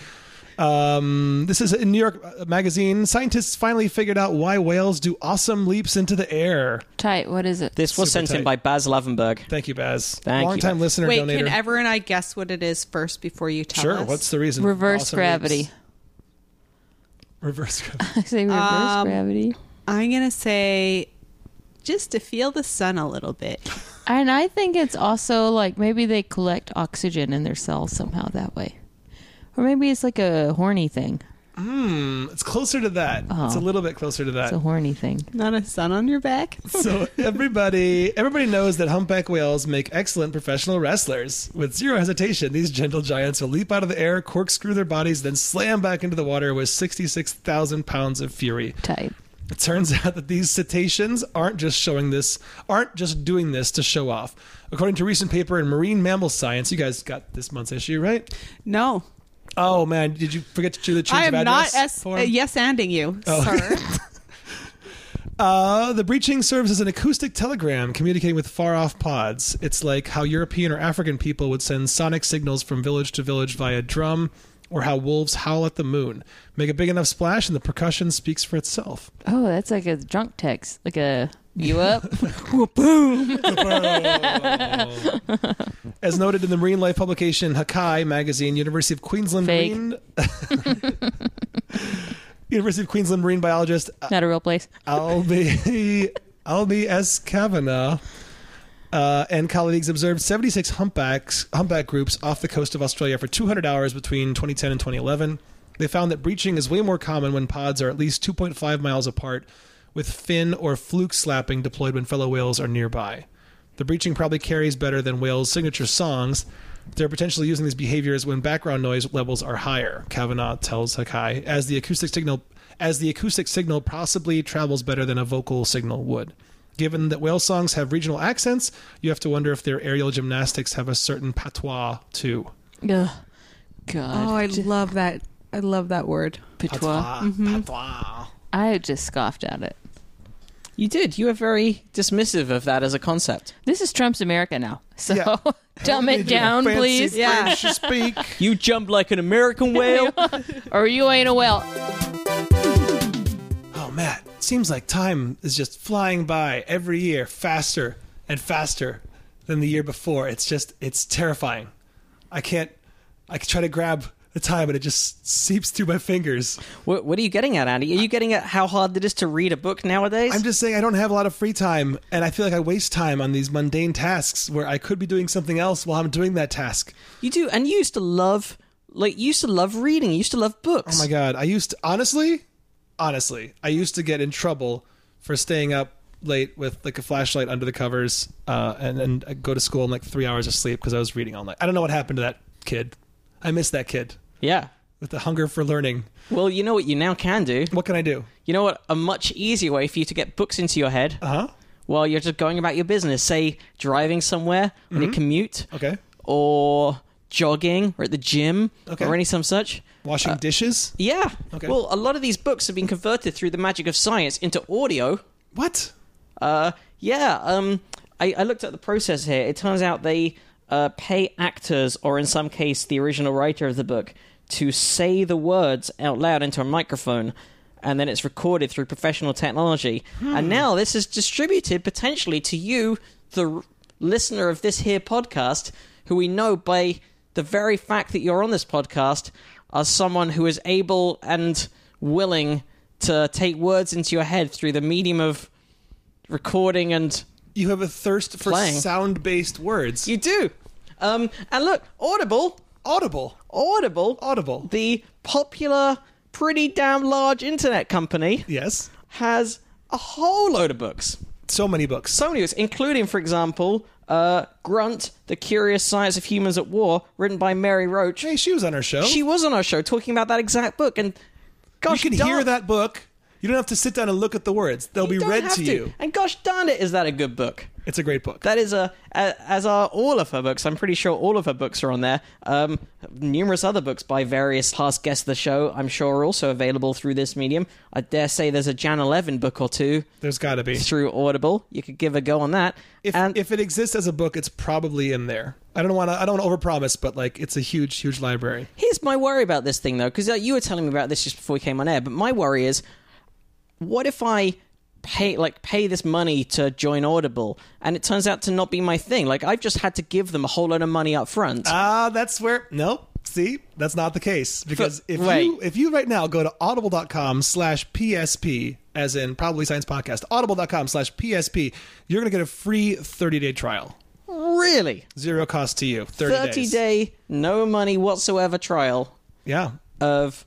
A: Um, this is in New York uh, Magazine. Scientists finally figured out why whales do awesome leaps into the air.
C: Tight. What is it?
E: This was
A: Super
E: sent in
A: tight.
E: by Baz Lavenberg.
A: Thank you, Baz.
E: Thank you,
A: Long time
E: Baz.
A: listener,
D: Wait,
A: donator.
D: can Ever and I guess what it is first before you tell
A: sure.
D: us?
A: What's the reason?
C: reverse
A: Awesome
C: gravity.
A: leaps. Reverse gravity.
C: I say reverse
D: Um,
C: gravity.
D: I'm gonna say just to feel the sun a little bit.
C: And I think it's also like maybe they collect oxygen in their cells somehow that way. Or maybe it's like a horny thing.
A: It's closer to that. It's
E: Oh.
A: a little bit closer to that.
C: It's a horny thing.
D: Not a sun on your back.
A: So everybody, everybody knows that humpback whales make excellent professional wrestlers. With zero hesitation, these gentle giants will leap out of the air, corkscrew their bodies, then slam back into the water with sixty-six thousand pounds of fury.
C: Tight.
A: It turns out that these cetaceans aren't just showing this, aren't just doing this to show off. According to recent paper in Marine Mammal Science, you guys got this month's issue, right?
D: No,
A: Oh man, did you forget to do the change
D: I
A: of
D: am
A: address
D: not s-
A: form? Oh.
D: uh, yes anding you, sir.
A: Uh, the breaching serves as an acoustic telegram communicating with far off pods. It's like how European or African people would send sonic signals from village to village via drum, or how wolves howl at the moon. Make a big enough splash, and the percussion speaks for itself.
C: Oh, that's like a drunk text. Like a you up?
A: As noted in the marine life publication Hakai magazine, University of Queensland
C: Fake.
A: Marine. University of Queensland marine biologist
C: Not a real place.
A: I'll be I'll be S. Kavanaugh. Uh, and colleagues observed 76 humpbacks, humpback groups off the coast of Australia for 200 hours between 2010 and 2011. They found that breaching is way more common when pods are at least 2.5 miles apart, with fin or fluke slapping deployed when fellow whales are nearby. The breaching probably carries better than whales' signature songs. They're potentially using these behaviors when background noise levels are higher, Kavanaugh tells Hakai, as the acoustic signal as the acoustic signal possibly travels better than a vocal signal would. Given that whale songs have regional accents, you have to wonder if their aerial gymnastics have a certain patois too.
C: Ugh. God.
D: oh, I love that. I love that word.
C: Patois.
A: Patois.
C: I just scoffed at it.
E: You did. You were very dismissive of that as a concept.
C: This is Trump's America now. So
A: Yeah.
C: dumb it down,
A: Fancy
C: please.
D: Yeah.
A: French speak.
E: You jumped like an American whale.
C: Or you ain't a whale.
A: Oh, Matt, it seems like time is just flying by every year faster and faster than the year before. It's just, it's terrifying. I can't, I try to grab the time and it just seeps through my fingers.
E: what, what are you getting at, Andy? Are you getting at how hard it is to read a book nowadays?
A: I'm just saying I don't have a lot of free time and I feel like I waste time on these mundane tasks where I could be doing something else while I'm doing that task.
E: you do, and you used to love, like, you used to love reading. You used to love books.
A: Oh my god, I used to, honestly, honestly, I used to get in trouble for staying up late with like a flashlight under the covers uh, and and I'd go to school in like three hours of sleep because I was reading all night. I don't know what happened to that kid. I miss that kid
E: Yeah.
A: with the hunger for learning.
E: Well, you know what you now can do.
A: What can I do?
E: You know what? A much easier way for you to get books into your head
A: Huh?
E: while you're just going about your business, say driving somewhere on your commute,
A: Mm-hmm. Okay.
E: or jogging, or at the gym,
A: Okay.
E: or any some such.
A: Washing dishes.
E: Yeah.
A: Okay.
E: Well, a lot of these books have been converted through the magic of science into audio.
A: What?
E: Uh, yeah. Um, I, I looked at the process here. It turns out they uh, pay actors, or in some case, the original writer of the book, to say the words out loud into a microphone, and then it's recorded through professional technology. And now this is distributed potentially to you, the r- listener of this here podcast, who we know by the very fact that you're on this podcast as someone who is able and willing to take words into your head through the medium of recording and
A: You have a thirst for
E: Playing.
A: sound-based words.
E: you do um and look audible
A: Audible.
E: audible
A: Audible.
E: the popular pretty damn large internet company
A: Yes.
E: has a whole load of books
A: So many books.
E: so many books including for example uh grunt the curious science of humans at war written by mary roach
A: Hey, she was on our show.
E: she was on our show talking about that exact book and
A: you
E: gosh
A: can
E: darn-
A: hear that book. You don't have to sit down and look at the words. They'll be
E: don't
A: read
E: have
A: to you.
E: and gosh darn it is that a good book
A: It's a great book.
E: That is a, a as are all of her books. I'm pretty sure all of her books are on there. Um, numerous other books by various past guests of the show, I'm sure, are also available through this medium. I dare say there's a Jan Eleven book or two
A: There's got to be.
E: through Audible. You could give a go on that.
A: If
E: and
A: if it exists as a book, it's probably in there. I don't want to. I don't want to overpromise, but like it's a huge, huge library.
E: here's my worry about this thing though, because uh, you were telling me about this just before we came on air. But my worry is, what if I pay like pay this money to join Audible, and it turns out to not be my thing? Like I've just had to give them a whole lot of money up front.
A: Ah, that's where. No, see, that's not the case because if
E: wait.
A: you if you right now go to audible.com/psp as in probably science podcast audible.com/psp, you're gonna get a free 30 day trial,
E: really.
A: zero cost to you. 30,
E: 30
A: days.
E: day no money whatsoever trial
A: Yeah.
E: of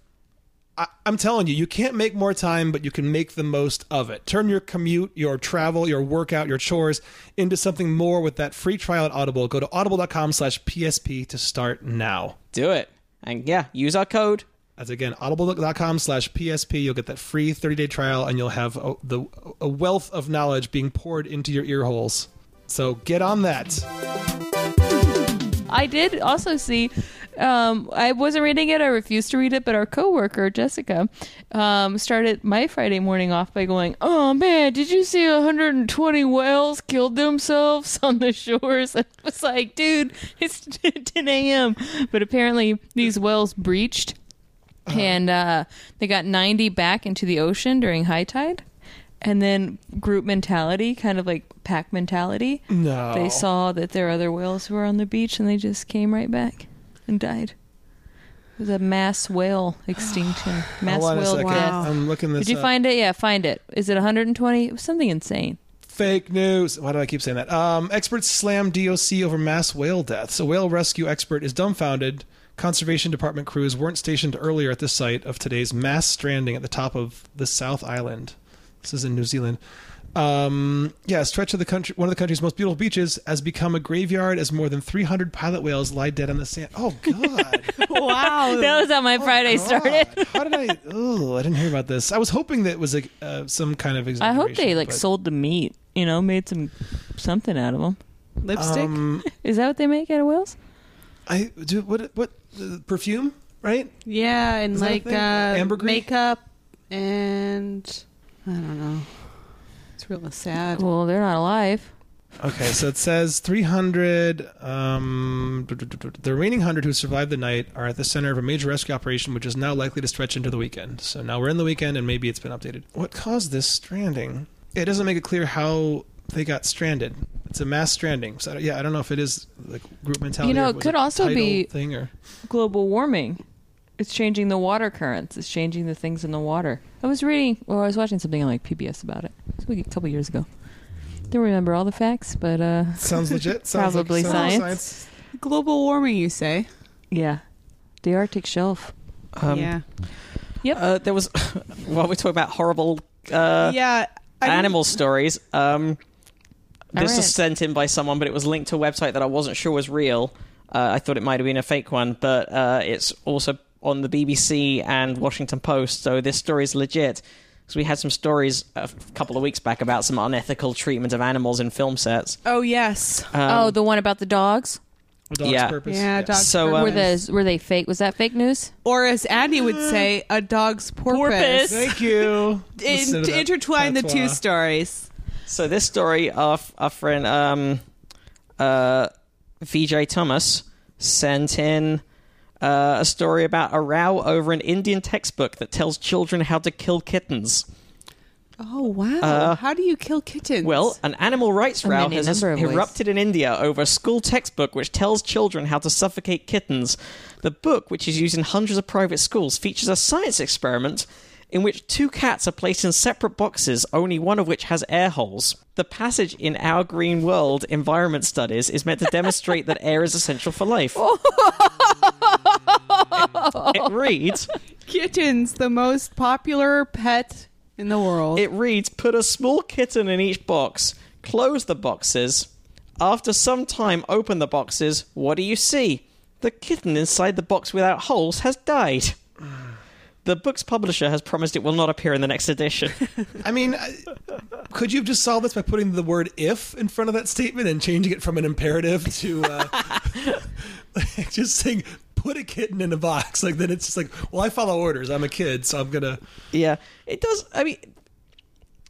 A: I, I'm telling you, you can't make more time, but you can make the most of it. Turn your commute, your travel, your workout, your chores into something more with that free trial at Audible. Go to audible.com slash PSP to start now.
E: Do it. And yeah, use our code.
A: That's again audible.com slash PSP. You'll get that free 30 day trial and you'll have a, the, a wealth of knowledge being poured into your ear holes. So get on that.
C: I did also see. Um, I wasn't reading it. I refused to read it. But our coworker Jessica um, started my Friday morning off by going, "Oh man, did you see 120 whales killed themselves on the shores?" I was like, "Dude, it's 10 a.m." But apparently, these whales breached,
A: Uh-huh.
C: and uh, they got 90 back into the ocean during high tide. And then group mentality, kind of like pack mentality.
A: No.
C: They saw that there are other whales who were on the beach and they just came right back and died. It was a mass whale extinction. Mass
A: Hold on a
C: whale
A: second.
C: death.
D: Wow.
A: I'm looking this
C: Did you
A: up.
C: find it? Yeah, find it. Is it 120? It was something insane.
A: Fake news. Why do I keep saying that? Um, experts slam DOC over mass whale deaths. A whale rescue expert is dumbfounded. Conservation Department crews weren't stationed earlier at the site of today's mass stranding at the top of the South Island. This is in New Zealand. Um, yeah, a stretch of the country, one of the country's most beautiful beaches, has become a graveyard as more than 300 pilot whales lie dead on the sand. Oh God!
D: Wow.
C: That was how my Friday started.
A: Oh, God. How did I? Oh, I didn't hear about this. I was hoping that it was a, uh, some kind of.
C: I hope they
A: exaggeration,
C: like
A: but-
C: sold the meat, you know, made some something out of them.
D: Lipstick.
A: um,
C: Is that what they make out of whales?
A: I do what what uh, perfume right?
D: yeah, and
A: that a
D: like
A: thing?
D: uh,
A: Ambergris?
D: makeup and I don't know. It's real sad.
C: Well, they're not alive.
A: Okay, so it says 300. Um, the remaining 100 who survived the night are at the center of a major rescue operation, which is now likely to stretch into the weekend. So now we're in the weekend, and maybe it's been updated. What caused this stranding? It doesn't make it clear how they got stranded. It's a mass stranding. So I don't- yeah, I don't know if it is like group mentality.
C: know,
A: or
C: it
A: was
C: could
A: a
C: also
A: tidal
C: be-
A: thing or
C: global warming. It's changing the water currents. It's changing the things in the water. I was reading, well, I was watching something on like PBS about it. It was like a couple years ago. Don't remember all the facts, but uh,
A: sounds legit. Sounds like-
C: Probably
A: sounds
C: science.
D: Global warming, you say?
C: yeah, the Arctic shelf.
E: Um,
D: yeah.
E: Uh, there was while we talk about horrible uh,
D: yeah. I don't-
E: animal stories. Um,
C: I
E: this
C: read.
E: was sent in by someone, but it was linked to a website that I wasn't sure was real. Uh, I thought it might have been a fake one, but uh, it's also on the BBC and Washington Post, so this story is legit. Because we had some stories a f- couple of weeks back about some unethical treatment of animals in film sets.
D: Oh yes.
A: Uh,
C: oh, the one about the dogs.
A: A dog's
E: Yeah.
A: purpose.
D: yeah. Dog's
E: So, um,
C: Were
D: purpose.
C: those were they fake? Was that fake news?
D: or as Andy would say, a dog's porpoise.
C: Porpoise.
A: Thank you.
D: In,
A: Listen to
D: to
A: that
D: intertwine the two
A: patois.
D: stories.
E: So this story, our, our friend um, uh, VJ Thomas sent in uh, a story about a row over an Indian textbook that tells children how to kill kittens.
D: Oh wow! How do you kill kittens?
E: Well, an animal rights
C: A
E: row
C: many
E: has
C: number of ways.
E: erupted in India over a school textbook which tells children how to suffocate kittens. The book, which is used in hundreds of private schools, features a science experiment in which two cats are placed in separate boxes, only one of which has air holes. The passage in Our Green World Environment Studies is meant to demonstrate that air is essential for life. it reads.
D: kittens, the most popular pet in the world.
E: It reads Put a small kitten in each box, close the boxes. After some time, open the boxes. What do you see? The kitten inside the box without holes has died. The book's publisher has promised it will not appear in the next edition.
A: I mean, I- could you have just solved this by putting the word "if" in front of that statement and changing it from an imperative to uh, just saying "put a kitten in a box"? Like then it's just like, well, I follow orders. I'm a kid, so I'm gonna.
E: yeah. It does. I mean,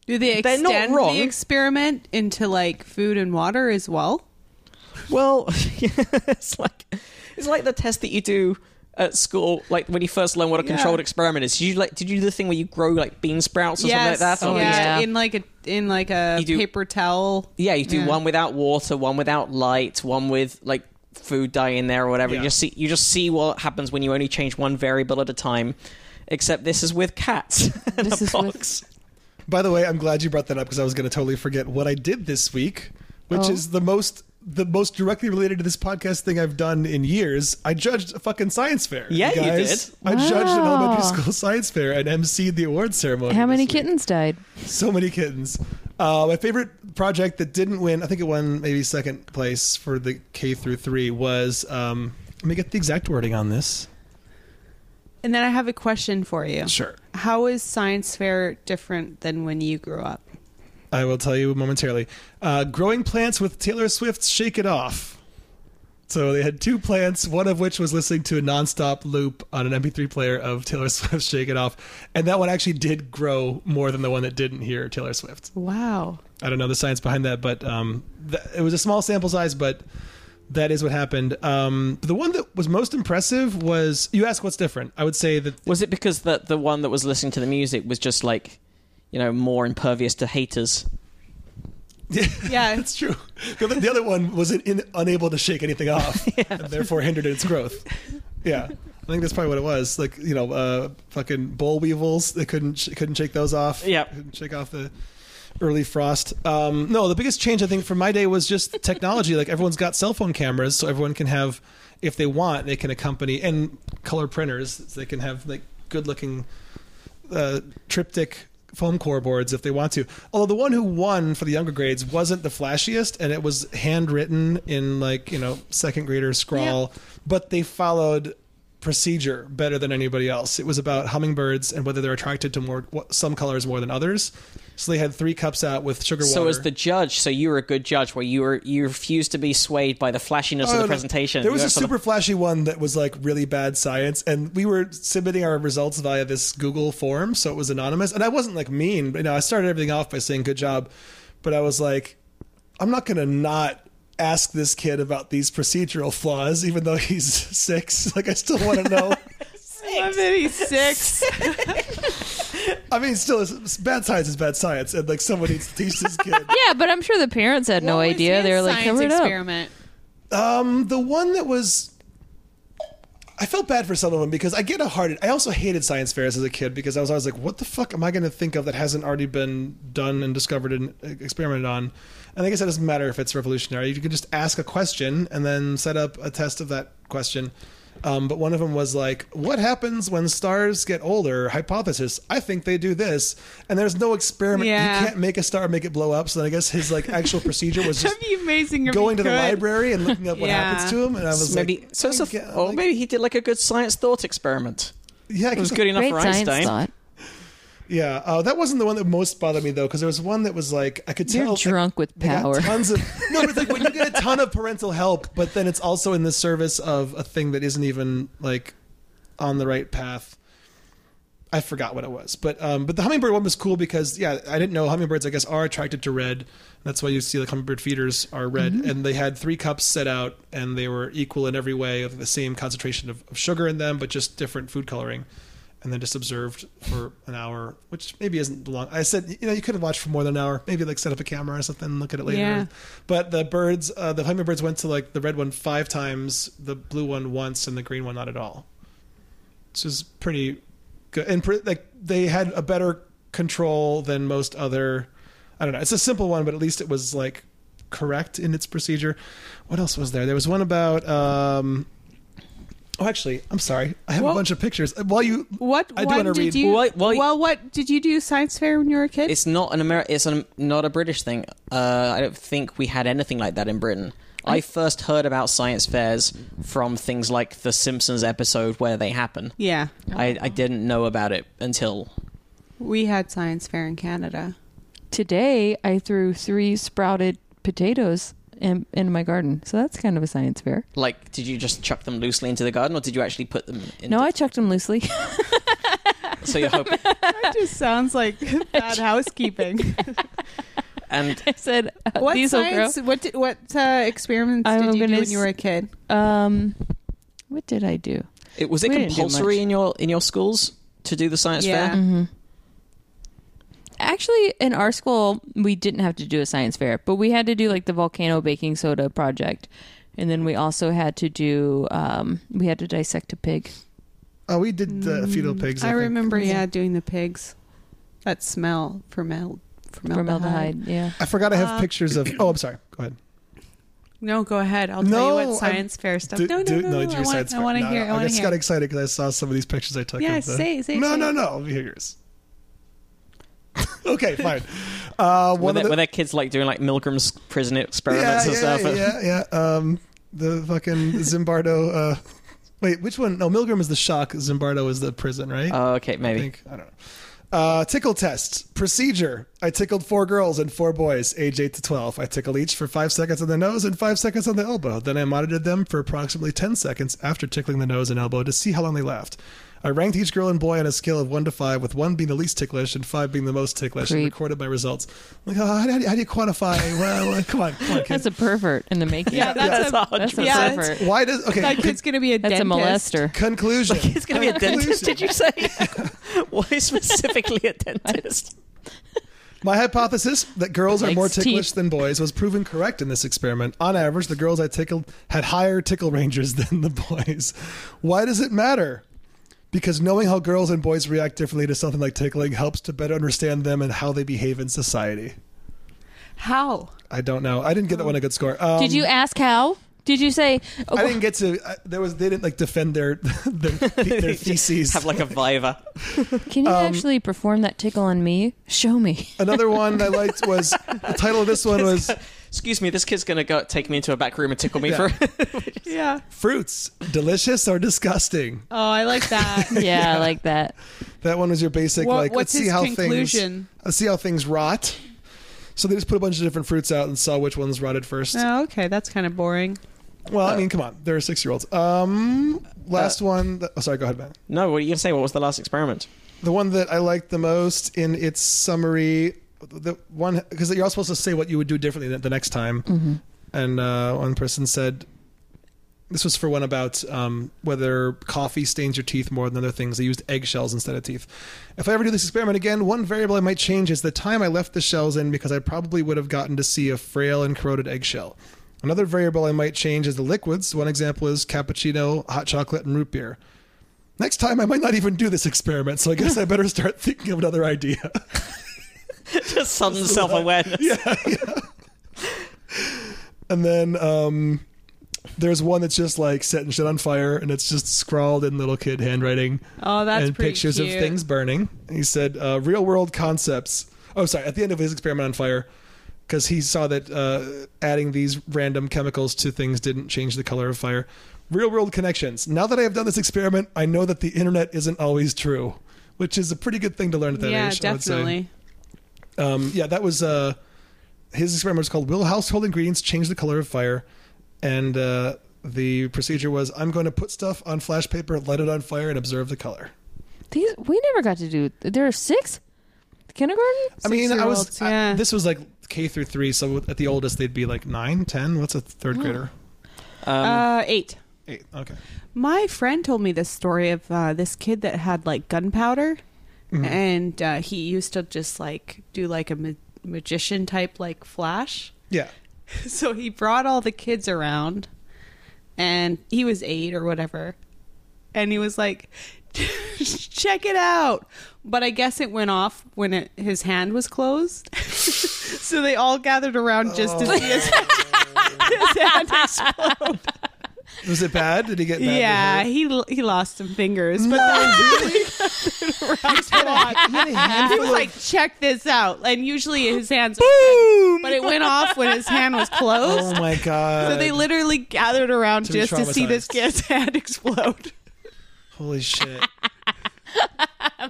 D: do they
E: they're
D: extend
E: not wrong.
D: the experiment into like food and water as well?
E: well, it's like it's like the test that you do at school, like when you first learn what a
D: Yeah.
E: controlled experiment is. Did you like? Did you do the thing where you grow like bean sprouts or something like that? Or bean
D: yeah.
C: yeah.
D: In like a in like a
E: You do-
D: paper towel.
E: Yeah, you do one without water, one without light, one with like food dye in there or whatever.
A: Yeah.
E: You just see you just see what happens when you only change one variable at a time. Except this is with cats in
C: This
E: a
C: is with-
E: box.
A: By the way, I'm glad you brought that up because I was gonna totally forget what I did this week, which
C: Oh.
A: is the most the most directly related to this podcast thing I've done in years. I judged a fucking science fair.
E: Yeah, you
A: guys.
E: did.
A: I judged an
C: Wow.
A: elementary school science fair and emceed the awards ceremony.
C: How
A: this
C: many
A: week.
C: kittens died?
A: So many kittens. Uh, my favorite project that didn't win, I think it won maybe second place for the K through three, was um, let me get the exact wording on this.
D: And then I have a question for you.
A: Sure.
D: How is science fair different than when you grew up?
A: I will tell you momentarily. Uh, growing plants with Taylor Swift's "Shake It Off." So they had two plants, one of which was listening to a nonstop loop on an MP3 player of Taylor Swift's "Shake It Off," and that one actually did grow more than the one that didn't hear Taylor Swift.
D: Wow.
A: I don't know the science behind that, but um, th- it was a small sample size, but that is what happened. Um, the one that was most impressive was you ask what's different. I would say that
E: Was it because that the one that was listening to the music was just like, you know, more impervious to haters?
D: Yeah.
A: That's true. The other, the other one was in, in, unable to shake anything off, and therefore hindered its growth. Yeah, I think that's probably what it was. Like you know, uh, fucking boll weevils. They couldn't sh- couldn't shake those off.
E: Yeah.
A: couldn't shake off the early frost. Um, no, the biggest change I think from my day was just technology. like everyone's got cell phone cameras, so everyone can have, if they want, they can accompany and color printers. So they can have like good looking uh, triptych foam core boards if they want to. Although the one who won for the younger grades wasn't the flashiest, and it was handwritten in like you know second grader scrawl, but they followed procedure better than anybody else. It was about hummingbirds and whether they're attracted to more what- some colors more than others. So they had three cups out with sugar
E: So
A: water.
E: as the judge, so you were a good judge, where you were you refused to be swayed by the flashiness
A: Oh,
E: of
A: no.
E: the presentation.
A: There was a
E: You went for the-
A: super flashy one that was like really bad science, and we were submitting our results via this Google form, so it was anonymous. And I wasn't like mean, but you know, I started everything off by saying good job, but I was like, I'm not gonna not ask this kid about these procedural flaws, even though he's six. Like I still want to know.
D: I'm maybe six.
A: I mean, still, it's- it's bad science is bad science, and like someone needs to teach this kid.
C: Yeah, but I'm sure the parents had no
D: What was
C: idea.
D: his
C: They were like,
D: science
C: cover it up.
D: experiment.
A: Um, the one that was. I felt bad for some of them because I get a hearted. I also hated science fairs as a kid because I was always like, "What the fuck am I going to think of that hasn't already been done and discovered and uh, experimented on?" And I guess it doesn't matter if it's revolutionary. You can just ask a question and then set up a test of that question. Um, but one of them was like, "What happens when stars get older?" Hypothesis. I think they do this, and there's no experiment.
D: Yeah.
A: You can't make a star make it blow up. So then I guess his like actual procedure was just
D: That'd be amazing. if
A: going to
D: we
A: the
D: could.
A: library and looking up what
D: Yeah.
A: happens to him, and I was
E: maybe
A: like,
E: so. It's a,
A: yeah,
E: or
A: like-
E: maybe he did like a good science thought experiment.
A: yeah, I
E: It was
A: guess-
E: good enough
C: Great
E: for
C: science
E: Einstein.
C: thought.
A: yeah. Uh, that wasn't the one that most bothered me though, because there was one that was like I could tell
C: You're drunk with
A: I got
C: power.
A: tons of no, but it's like when you get a ton of parental help, but then it's also in the service of a thing that isn't even like on the right path. I forgot what it was, but um, but the hummingbird one was cool because yeah, I didn't know hummingbirds. I guess are attracted to red. That's why you see like hummingbird feeders are red, and they had three cups set out, and they were equal in every way of the same concentration of, of sugar in them, but just different food coloring, and then just observed for an hour, which maybe isn't long. I said you know you could have watched for more than an hour, maybe like set up a camera or something, look at it later.
D: Yeah.
A: But the birds, uh, the hummingbirds went to like the red one five times, the blue one once, and the green one not at all which is pretty good. And pre- like they had a better control than most other. I don't know. It's a simple one, but at least it was like correct in its procedure. What else was there? There was one about. um Oh, actually, I'm sorry. I have
D: Well-
A: a bunch of pictures. Uh, While you,
D: What
A: I do
D: one
A: wanna
D: did
A: read-
D: you?
E: Well, well-
D: well, what did you do science fair when you were a kid?
E: It's not an Ameri- It's an, not a British thing. Uh, I don't think we had anything like that in Britain. I first heard about science fairs from things like the Simpsons episode where they happen.
D: yeah,
E: I, I didn't know about it until
D: we had science fair in Canada.
C: Today, I threw three sprouted potatoes in, in my garden. So that's kind of a science fair.
E: like did you just chuck them loosely into the garden or did you actually put them in
C: No, I chucked them loosely.
E: so you're hoping
D: That just sounds like bad housekeeping.
E: and
C: I said, uh,
D: What
C: these will grow.
D: science? What did, what uh, experiments
C: I'm
D: did you do
C: gonna
D: when you were a kid?
C: Um, what did I do?
E: it was it
C: We didn't do
E: compulsory
C: much.
E: in your in your schools to do the science
D: Yeah.
E: fair
C: Mm-hmm. Actually, in our school, we didn't have to do a science fair, but we had to do like the volcano baking soda project. And then we also had to do, um, we had to dissect a pig.
A: oh, we did the fetal pigs. I,
D: Mm, I
A: think.
D: remember, yeah, doing the pigs. That smell, formel, formaldehyde.
C: Formaldehyde, yeah.
D: uh,
A: I forgot I have pictures of. Oh, I'm sorry. Go ahead.
D: No, go ahead. I'll
A: No,
D: tell you
A: I'm-
D: what science fair stuff.
A: Do-
D: no, no,
A: do-
D: no,
A: do
D: I
A: your
D: want,
A: science
D: I
A: fact.
D: want to
A: No,
D: hear.
A: no,
D: I want to
A: just
D: hear.
A: got excited because I saw some of these pictures I took.
D: Yeah,
A: of the,
D: say- say-
A: No,
D: say.
A: no, no. Let me hear yours. okay, fine. Uh,
E: Were
A: one
E: there,
A: of the,
E: were there kids like doing like Milgram's prison
A: yeah,
E: experiments and
A: yeah,
E: stuff?
A: yeah, yeah, yeah. Um, the fucking Zimbardo. Uh, wait, which one? No, Milgram is the shock. Zimbardo is the prison, right?
E: Oh, okay,
A: I
E: maybe.
A: think I don't know. Uh, tickle test procedure. I tickled four girls and four boys, age eight to twelve. I tickled each for five seconds on the nose and five seconds on the elbow. Then I monitored them for approximately ten seconds after tickling the nose and elbow to see how long they laughed. I ranked each girl and boy on a scale of one to five, with one being the least ticklish and five being the most ticklish, and
C: Creep.
A: recorded my results. I'm like, oh, how, do, how do you quantify? well, like, come on, come on, kid.
C: That's a pervert in the making.
D: Yeah, that's,
E: That's
D: a,
C: that's a
D: yeah,
C: pervert.
A: Why does okay?
D: that kid's gonna be a
C: That's a
D: dentist.
C: molester.
A: Conclusion.
E: He's going to be a dentist, did you say? Why specifically a dentist?
A: My hypothesis that girls are
C: Likes
A: more ticklish
C: teeth.
A: than boys was proven correct in this experiment. On average, the girls I tickled had higher tickle ranges than the boys. Why does it matter? Because knowing how girls and boys react differently to something like tickling helps to better understand them and how they behave in society.
D: How?
A: I don't know. I didn't get that one a good score. Um,
C: Did you ask how? Did you say? "Oh,
A: I didn't get to. I, there was they didn't like defend their their, their theses.
E: Have like a viva.
C: Can
D: um,
C: you actually perform that tickle on me? Show me.
A: Another one I liked was the title of this one was
E: Excuse me, this kid's going to go take me into a back room and tickle me
A: Yeah.
E: for.
D: Yeah.
A: fruits delicious or disgusting.
D: Oh, I like that.
C: Yeah, I like that.
A: That one was your basic
D: What-
A: like. let's
D: what's
A: see
D: his
A: how things.
D: conclusion?
A: Let's see how things rot. So they just put a bunch of different fruits out and saw which ones rotted first.
D: oh, okay, that's kind of boring.
A: Well, I mean, come on, there are six year olds. Um,
D: Uh,
A: last one. That, oh, sorry, go ahead, man.
E: no, what are you going to say? What was the last experiment?
A: The one that I liked the most in its summary, the one because you're all supposed to say what you would do differently the, the next time, and uh, one person said. This was for one about um, whether coffee stains your teeth more than other things. They used eggshells instead of teeth. If I ever do this experiment again, one variable I might change is the time I left the shells in because I probably would have gotten to see a frail and corroded eggshell. Another variable I might change is the liquids. One example is cappuccino, hot chocolate, and root beer. Next time, I might not even do this experiment, so I guess I better start thinking of another idea.
E: Just sudden self awareness.
A: And then um, there's one that's just like setting shit on fire, and it's just scrawled in little kid handwriting.
D: Oh, that's
A: and
D: pretty
A: pictures of
D: cute.
A: things burning. And he said, uh, "Real world concepts." Oh, sorry. At the end of his experiment on fire, because he saw that uh, adding these random chemicals to things didn't change the color of fire. Real world connections. Now that I have done this experiment, I know that the internet isn't always true, which is a pretty good thing to learn at that
D: yeah,
A: age. I would say.
D: definitely.
A: Um, yeah, that was uh, his experiment was called "Will household ingredients change the color of fire?" And uh, the procedure was, I'm going to put stuff on flash paper, light it on fire, and observe the color.
C: These we never got to do. There are six kindergarten.
A: I mean, I was
D: Six-year-olds, yeah.
A: I- this was like K through three, so at the oldest they'd be like nine, ten. What's a third grader?
D: uh, eight.
A: Eight. Okay.
D: My friend told me this story of uh, this kid that had like gunpowder,
A: Mm-hmm.
D: and uh, he used to just like do like a ma- magician type like flash.
A: Yeah.
D: so he brought all the kids around and he was eight or whatever and he was like check it out but i guess it went off when it, his hand was closed so they all gathered around just to see his,
A: Oh.
D: his hand explode
A: Was it bad? Did he get bad?
D: yeah
A: behavior?
D: he, l- he lost some fingers but then really
A: He had a handful
D: he was
A: of-
D: like check this out and usually his hands but it went off when his hand was closed
A: oh my god.
D: So they literally gathered around
A: To be
D: just to see this
A: traumatized.
D: kid's head explode.
A: Holy shit.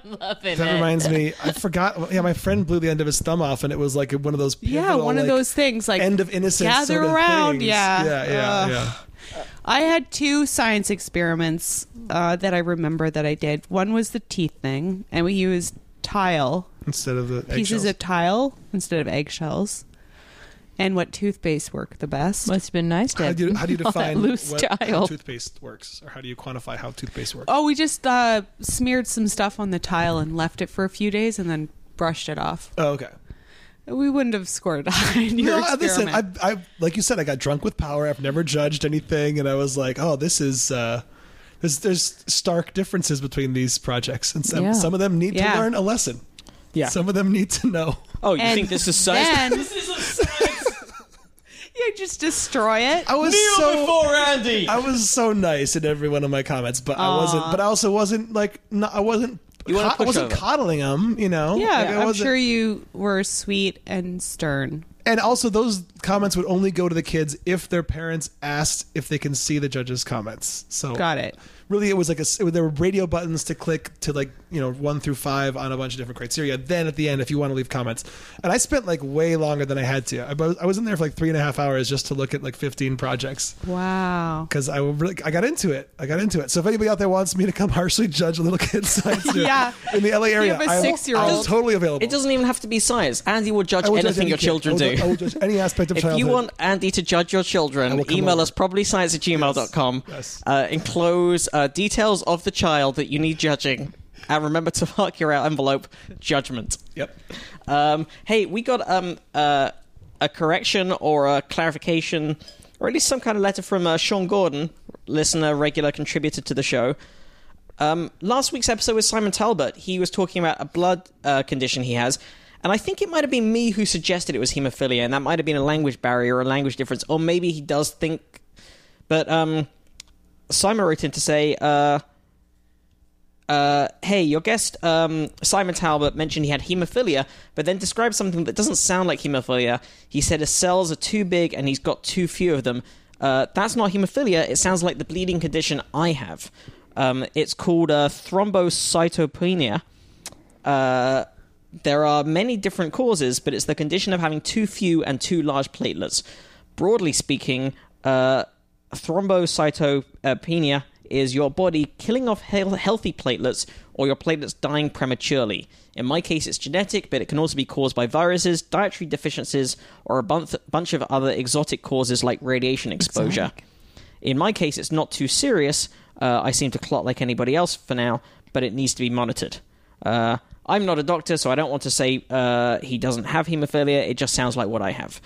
C: loving
A: That reminds me, I forgot. Yeah, my friend blew the end of his thumb off, and it was like one of those.
D: Yeah,
A: pivotal,
D: one of
A: like,
D: those things like
A: end of innocence.
D: gather
A: sort of
D: around,
A: things.
D: yeah.
A: yeah, yeah,
D: Ugh.
A: yeah.
D: I had two science experiments uh, that I remember that I did. One was the teeth thing, and we used tile
A: Instead of the eggshells.
D: pieces of tile instead of eggshells. And what toothpaste worked the best?
C: Must have been nice to
A: How
C: have
A: do you, how do you
C: all that
A: define
C: loose
A: what, how
C: tile.
A: toothpaste works, or how do you quantify how toothpaste works?
D: Oh, we just uh, smeared some stuff on the tile and left it for a few days, and then brushed it off.
A: Oh, okay.
D: We wouldn't have scored high in
A: no,
D: your experiment.
A: listen. I, I, like you said, I got drunk with power. I've never judged anything, and I was like, "Oh, this is." Uh, there's, there's stark differences between these projects, and some,
C: Yeah.
A: some of them need
D: Yeah.
A: to learn a lesson.
E: Yeah.
A: Some of them need to know.
E: oh, you
D: And
E: think this is science?
D: then, You just destroy it.
A: I was so
E: Andy.
A: I was so nice in every one of my comments, but I wasn't. But I also wasn't like no, I wasn't.
E: You wanna
A: co- I
E: push
A: wasn't
E: over.
A: coddling him, you know. Like,
D: yeah,
A: I
D: I'm
A: wasn't-
D: sure you were sweet and stern.
A: And also, those comments would only go to the kids if their parents asked if they can see the judges' comments. So
D: Got it.
A: Really, it was like a s- there were radio buttons to click to like you know one through five on a bunch of different criteria. Then at the end, if you want to leave comments, and I spent like way longer than I had to. I was, I was in there for like three and a half hours just to look at like 15 projects.
D: Wow.
A: because I will really, I got into it. I got into it. So if anybody out there wants me to come harshly judge little kids' science here
D: Yeah.
A: in the LA area,
D: have a
A: I'm-
D: six-year-old.
A: I'm totally available.
E: It doesn't even have to be science. Andy will judge
A: I will judge
E: anything
A: any
E: your
A: kid. I
E: children
A: will
E: do.
A: ju- I will judge any aspect of
E: if
A: childhood.
E: you want Andy to judge
A: I
E: your
A: will
E: children,
A: come
E: email
A: over.
E: us probablyscience at gmail.com.
A: Yes.
E: Uh, enclose uh, details of the child that you need judging. And remember to mark your out envelope judgment.
A: yep.
E: Um, hey, we got um, uh, a correction or a clarification, or at least some kind of letter from uh, Sean Gordon, listener, regular contributor to the show. Um, last week's episode with Simon Talbot, he was talking about a blood uh, condition he has. And I think it might have been me who suggested it was hemophilia, and that might have been a language barrier or a language difference, or maybe he does think. But um, Simon wrote in to say, uh, uh, hey, your guest um, Simon Talbot mentioned he had hemophilia, but then described something that doesn't sound like hemophilia. He said his cells are too big and he's got too few of them. Uh, that's not hemophilia. It sounds like the bleeding condition I have. Um, it's called uh, thrombocytopenia. Uh, there are many different causes, but it's the condition of having too few and too large platelets. Broadly speaking, uh, thrombocytopenia is your body killing off hel- healthy platelets or your platelets dying prematurely. In my case, it's genetic, but it can also be caused by viruses, dietary deficiencies, or a bunch, bunch of other exotic causes like radiation exposure. In my case, it's not too serious. Uh, I seem to clot like anybody else for now, but it needs to be monitored. Uh, I'm not a doctor, so I don't want to say uh, he doesn't have hemophilia. It just sounds like what I have.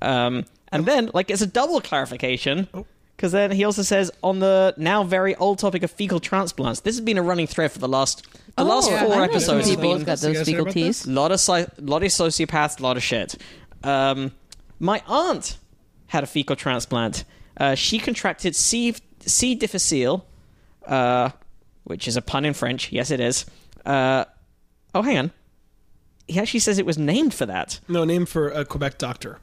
E: Um, and then, like, it's a double clarification. Because then he also says on the now very old topic of fecal transplants. This has been a running thread for the last
A: Oh,
E: the last
D: yeah, Oh, I
E: four
D: know
E: episodes.
A: some
E: have
A: people
E: been-
A: have got those fecal teas.
E: lot of sci- lot of sociopaths, lot of shit. Um, my aunt had a fecal transplant. Uh, she contracted C. C. difficile, uh, which is a pun in French. Yes, it is. Uh, oh, hang on. He actually says it was named for that.
A: No name for a Quebec doctor.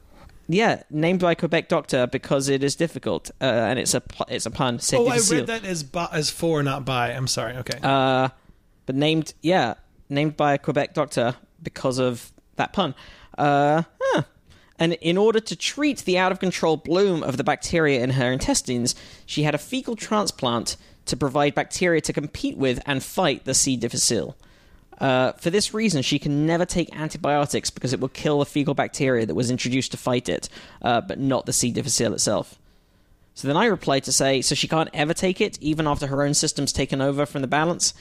E: Yeah, named by a Quebec doctor because it is difficult, uh, and it's a pu- it's a pun. C'est
A: Oh, I
E: difficile.
A: read that as bi- as for, not by. I'm sorry. Okay.
E: Uh, but named, yeah, named by a Quebec doctor because of that pun. Uh, huh. And in order to treat the out of control bloom of the bacteria in her intestines, she had a fecal transplant to provide bacteria to compete with and fight the C. difficile. Uh, for this reason, she can never take antibiotics because it will kill the fecal bacteria that was introduced to fight it, uh, but not the C. difficile itself. So then I replied to say, so she can't ever take it, even after her own system's taken over from the balance.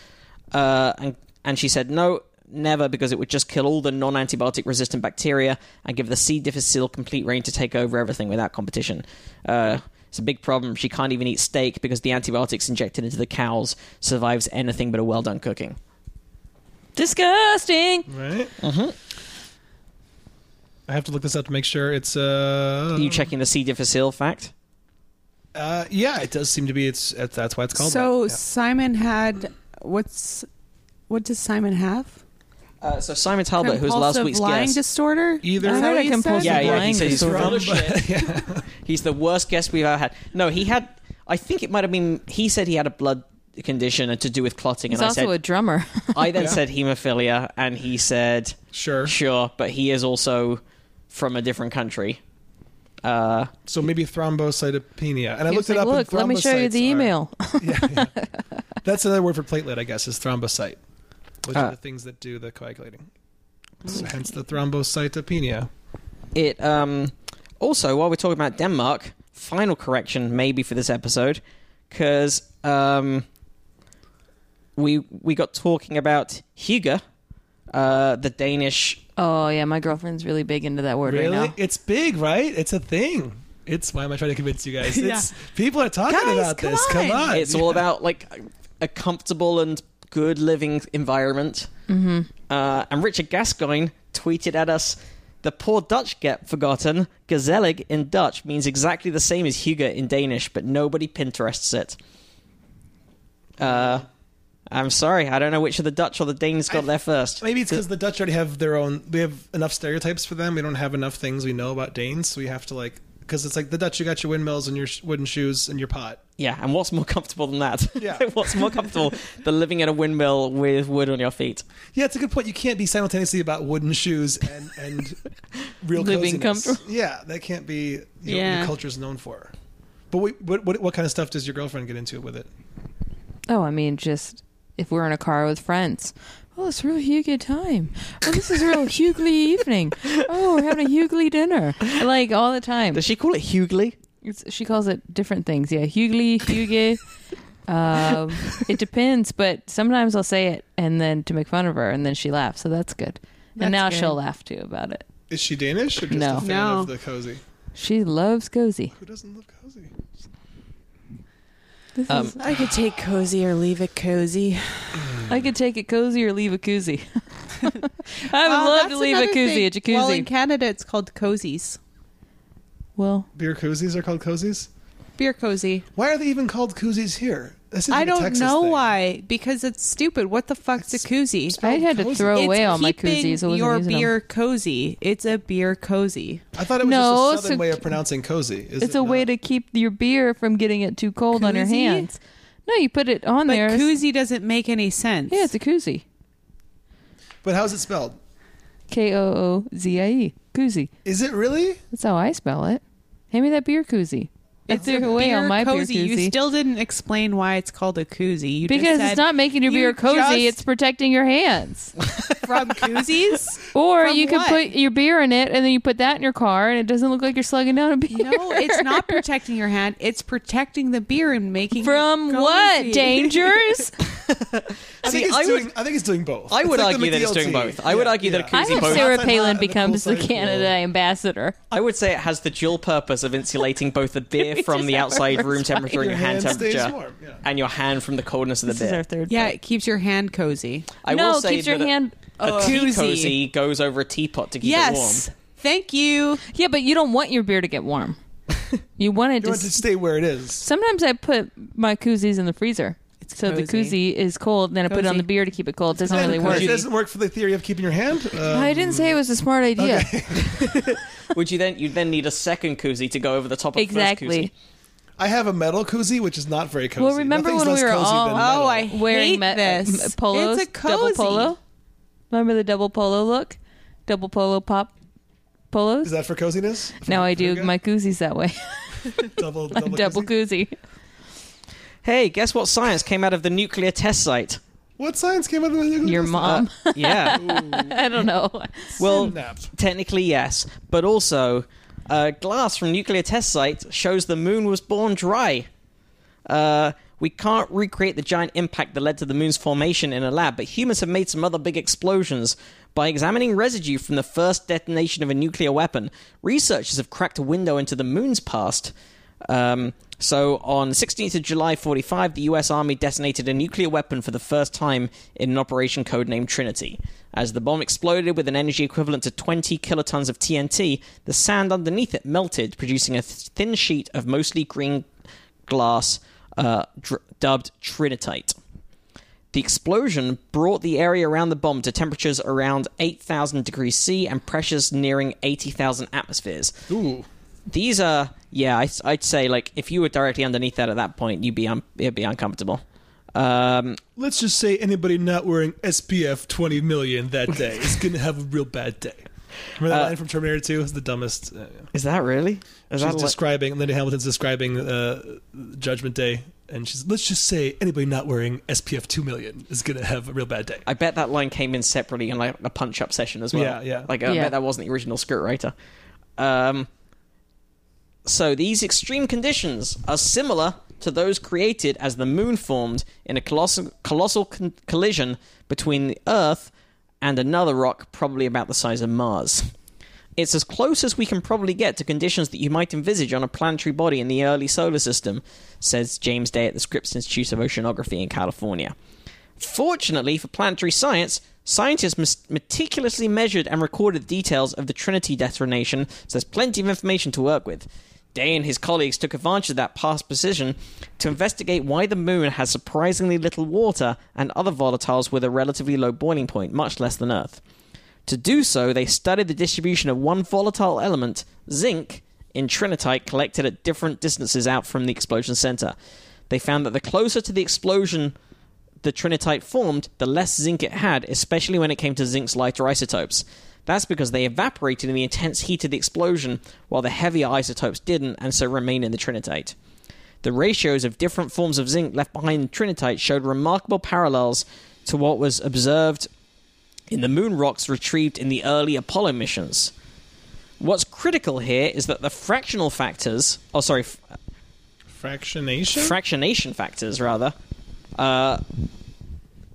E: Uh, and and she said, no, never, because it would just kill all the non-antibiotic resistant bacteria and give the C. difficile complete reign to take over everything without competition. Uh, it's a big problem. She can't even eat steak because the antibiotics injected into the cows survives anything but a well done cooking.
C: Disgusting.
A: right.
E: mm-hmm.
A: I have to look this up to make sure it's uh,
E: Are you checking the C. difficile fact?
A: uh yeah it does seem to be it's, it's that's why it's called
D: So
A: that. Yeah.
D: Simon had what's what does Simon have?
E: Uh, so Simon Talbot, who's last
D: Compulsive
E: week's
D: lying
E: guest,
D: disorder.
A: Either-
D: Is
A: I
D: that
A: heard
D: what
C: a
D: you said?
C: compulsive
E: yeah, yeah, he
C: lying
E: says he's
C: disorder.
E: full of shit. he's the worst guest we've ever had. No, he had. I think it might have been. He said he had a blood condition and to do with clotting,
C: He's
E: and I
C: also a
E: said.
C: drummer.
E: I then said hemophilia, and he said
A: Sure.
E: sure, but he is also from a different country. Uh,
A: So maybe thrombocytopenia, and I
C: He
A: looked
C: was
A: it up.
C: like,
A: and
C: Look, let me show you
A: thrombocytes
C: the
A: are-
C: email.
A: yeah, yeah. That's another word for platelet, I guess, is thrombocyte, which
E: Ah.
A: are the things that do the coagulating. So hence the thrombocytopenia.
E: it um, also while we're talking about Denmark, final correction maybe for this episode because um, we we got talking about Huga, uh, the Danish
C: Oh yeah, my girlfriend's really big into that word right now.
A: It's big, right? It's a thing. It's why am I trying to convince you guys? It's people are talking
D: Guys,
A: about
D: come
A: this. Come
D: on.
A: on.
E: it's all about like a comfortable and good living environment. Mm-hmm. Uh, and Richard Gascoigne tweeted at us The poor Dutch get forgotten. Gazelig in Dutch means exactly the same as Huga in Danish, but nobody Pinterests it. Uh, I'm sorry, I don't know which of the Dutch or the Danes got
A: I-
E: there first.
A: Maybe it's because the Dutch already have their own. We have enough stereotypes for them. We don't have enough things we know about Danes. So we have to like because it's like the Dutch. You got your windmills and your sh- wooden shoes and your pot.
E: Yeah, and what's more comfortable than that?
A: Yeah.
E: what's more comfortable than living in a windmill with wood on your feet?
A: Yeah, it's a good point. You can't be simultaneously about wooden shoes and and real
C: Living
A: coziness.
C: comfortable.
A: Yeah, that can't be you know, what
D: Yeah.
A: the culture's known for. But we, what, what what kind of stuff does your girlfriend get into with it?
C: Oh, I mean, just if we're in a car with friends. Oh, it's a real Hughley time. Oh, this is a real Hughley evening. Oh, we're having a Hughley dinner. Like all the time.
E: Does she call it Hughley?
C: It's, she calls it different things. Yeah, Hughley, Hughie. um, it depends, but sometimes I'll say it and then to make fun of her, and then she laughs. So that's good.
D: That's
C: and now
D: good.
C: she'll laugh too about it.
A: Is she Danish or just
C: No.
A: a fan
D: No.
A: of the cozy?
C: She loves cozy.
A: Who doesn't love cozy?
C: This
E: Um,
C: is,
F: I could take cozy or leave it cozy.
C: I could take a cozy or leave a koozie. I would
D: Oh,
C: love
D: that's
C: to leave a
D: another
C: koozie, a
D: thing.
C: jacuzzi.
D: Well, in Canada, it's called cozies.
C: well
A: Beer cozies are called cozies.
D: Beer cozy.
A: Why are they even called koozies here? That seems
D: I
A: like a
D: don't
A: Texas
D: know
A: thing.
D: why, because it's stupid. What the fuck's a koozie?
C: I had to
A: cozy.
C: throw
D: It's
C: away all my
D: keeping
C: koozies. I wasn't
D: your
C: using them.
D: beer cozy. It's a beer cozy.
A: I thought it was
C: No,
A: just a southern
C: so-
A: way of pronouncing cozy. Is
C: It's
A: it
C: a way
A: not?
C: to keep your beer from getting it too cold on your
D: Koozie?
C: hands. No, you put it on
D: But
C: there.
D: koozie doesn't make any sense.
C: yeah, it's a koozie.
A: But how's it spelled?
C: K O O Z I E. Koozie.
A: Is it really?
C: That's how I spell it. Hand me that beer koozie. I
D: It's
C: threw it away on my
D: cozy.
C: beer
D: You
C: koozie.
D: still didn't explain why it's called a koozie. You just
C: because
D: said
C: it's not making your
D: you
C: beer cozy,
D: just-
C: it's protecting your hands.
D: from koozies.
C: Or
D: From
C: you can
D: what?
C: put your beer in it and then you put that in your car and it doesn't look like you're slugging down a beer.
D: No, it's not protecting your hand. It's protecting the beer and making
C: From
D: it cozy.
C: what? Dangers?
A: I think,
E: See,
A: it's
E: I would-
A: doing, I think it's doing both.
E: I
A: It's
E: would
A: like the
E: argue that it's doing
A: McDLT.
E: both. I would argue that a
C: I
E: koozie
C: hope
E: both.
C: Sarah
A: Outside hot
C: Palin
A: and the
C: becomes the
A: poolside pool.
C: Canada ambassador.
E: I would say it has the dual purpose of insulating both the beer
C: We
E: from
C: just
E: the
C: have our
E: outside
C: first
E: room temperature and your hand
A: stays
E: temperature,
A: warm, yeah.
E: and your hand from the coldness of
C: This
E: the
C: is
E: beer.
C: our third.
D: Yeah, it keeps your hand cozy.
E: I
C: no,
E: will say
C: keeps your
E: that Oh. a-
C: hand.
E: A tea
D: Koozie.
E: cozy goes over a teapot to keep it warm.
D: yes. Thank you.
C: Yeah, but you don't want your beer to get warm. You want it
A: You
C: to.
A: want it to stay where it is.
C: Sometimes I put my koozies in the freezer. so
D: cozy.
C: the koozie is cold, then I put it on
D: Cozy.
C: the beer to keep it cold. It doesn't really
A: It
C: work.
A: doesn't work for the theory of keeping your hand. Uh,
C: I didn't say it was a smart idea.
E: Would you then? You'd then need a second koozie to go over the top of the first
C: Exactly.
E: koozie.
A: I have a metal koozie, which is not very cozy.
C: Well, remember
A: Nothing's
C: when we
A: less
C: were
A: cozy
C: all-
A: than metal.
D: Oh, I
C: Wearing
D: hate
C: me-
D: this.
C: m- polos,
D: It's a cozy.
C: double polo. Remember the double polo look, double polo pop
A: is
C: polos.
A: that for coziness?
C: Now I do
A: Fuga?
C: my koozies that way.
A: Double
C: A
A: double,
C: double
A: koozie?
C: koozie.
E: Hey, guess what? Science came out of the nuclear test site.
A: What science came out of the nuclear
C: Your
A: test?
C: mom.
E: Yeah.
C: I don't know.
E: well,
A: Nap.
E: technically yes, but also, uh, glass from nuclear test site shows the moon was born dry. Uh, we can't recreate the giant impact that led to the moon's formation in a lab, but humans have made some other big explosions. By examining residue from the first detonation of a nuclear weapon, researchers have cracked a window into the moon's past. Um, so, on 16th of July 45, the US Army detonated a nuclear weapon for the first time in an operation codenamed Trinity. As the bomb exploded with an energy equivalent to 20 kilotons of TNT, the sand underneath it melted, producing a th- thin sheet of mostly green glass uh, dr- dubbed Trinitite. The explosion brought the area around the bomb to temperatures around 8,000 degrees C and pressures nearing 80,000 atmospheres.
A: Ooh.
E: These are, yeah, I, would say like if you were directly underneath that at that point, you'd be un- it'd be uncomfortable. Um,
A: Let's just say anybody not wearing SPF 20 million that day is going to have a real bad day. Remember that
C: Uh,
A: line from Terminator 2? It's the dumbest. Uh,
E: is that really? Is
A: she's
E: that like-
A: describing, Linda Hamilton's describing uh, Judgment Day, and she's, let's just say anybody not wearing SPF 2 million is going to have a real bad day.
E: I bet that line came in separately in like a punch up session as well.
A: Yeah, yeah.
E: Like I
C: Yeah.
E: bet that wasn't the original scriptwriter. Um, so these extreme conditions are similar to those created as the moon formed in a colossal, colossal con- collision between the Earth and another rock, probably about the size of Mars. It's as close as we can probably get to conditions that you might envisage on a planetary body in the early solar system, says James Day at the Scripps Institute of Oceanography in California. Fortunately for planetary science, Scientists mes- meticulously measured and recorded details of the Trinity detonation, so there's plenty of information to work with. Day and his colleagues took advantage of that past precision to investigate why the moon has surprisingly little water and other volatiles with a relatively low boiling point, much less than Earth. To do so, they studied the distribution of one volatile element, zinc, in trinitite collected at different distances out from the explosion center. They found that the closer to the explosion the trinitite formed, the less zinc it had, especially when it came to zinc's lighter isotopes. That's because they evaporated in the intense heat of the explosion, while the heavier isotopes didn't, and so remain in the trinitite. The ratios of different forms of zinc left behind in trinitite showed remarkable parallels to what was observed in the moon rocks retrieved in the early Apollo missions. What's critical here is that the fractional factors, oh sorry, f-
A: Fractionation.
E: fractionation factors rather, uh,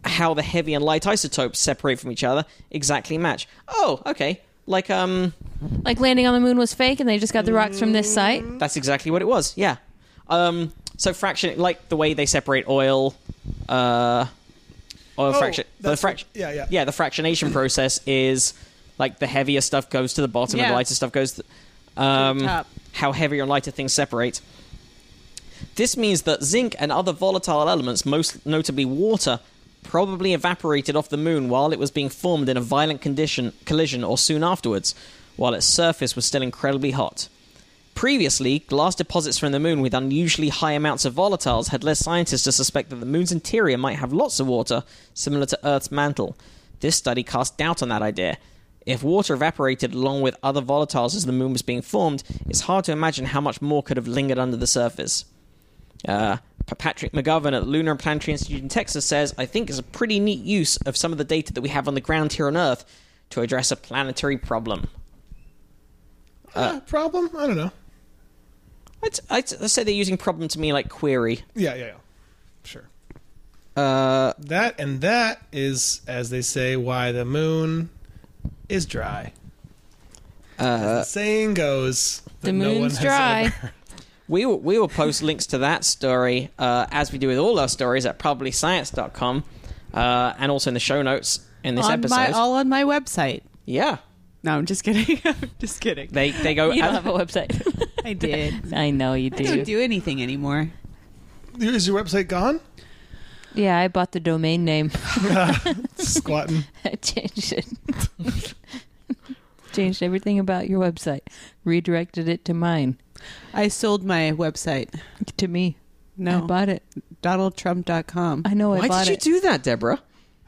E: how the heavy and light isotopes separate from each other exactly match. Oh, okay. Like um,
C: Like landing on the moon was fake, and they just got the rocks from this site.
A: Mm.
E: that's exactly what it was. Yeah. Um, so fraction, like the way they separate oil, uh, oil
A: Oh,
E: fraction. The
A: that's-
E: fraction.
A: yeah, yeah.
E: Yeah, the fractionation process is like the heavier stuff goes to the bottom and
D: Yeah.
E: the lighter stuff goes. To, um,
D: top.
E: How heavier and lighter things separate. This means that zinc and other volatile elements, most notably water, probably evaporated off the moon while it was being formed in a violent condition, collision or soon afterwards, while its surface was still incredibly hot. Previously, glass deposits from the moon with unusually high amounts of volatiles had led scientists to suspect that the moon's interior might have lots of water, similar to Earth's mantle. This study cast doubt on that idea. If water evaporated along with other volatiles as the moon was being formed, it's hard to imagine how much more could have lingered under the surface. Uh, P- Patrick McGovern at Lunar and Planetary Institute in Texas says, I think it's a pretty neat use of some of the data that we have on the ground here on Earth to address a planetary problem.
A: Uh, problem? I don't know.
E: I'd, I'd say they're using problem to me like query.
A: Yeah, yeah, yeah. Sure.
E: Uh,
A: That and that is, as they say, why the moon is dry.
E: Uh,
A: as the saying goes,
C: The
A: that no one
C: moon's
A: has
C: dry.
A: ever-
E: we, will, we will post links to that story, uh, as we do with all our stories, at probablyscience.com uh, and also in the show notes in this
D: on
E: episode.
D: my all on my website.
E: yeah.
D: No, I'm just kidding. I'm just kidding.
E: They, they go. uh,
C: You don't have a website.
D: I did.
C: I know you
D: I don't do anything anymore.
A: Is your website gone?
C: Yeah, I bought the domain name.
A: Squatting.
C: I changed it. changed everything about your website. Redirected it to mine.
D: I sold my website.
C: To me. I
D: No,
C: bought it.
D: DonaldTrump.com.
C: I know I
E: why
C: bought
E: did you
C: it.
E: do that, Deborah?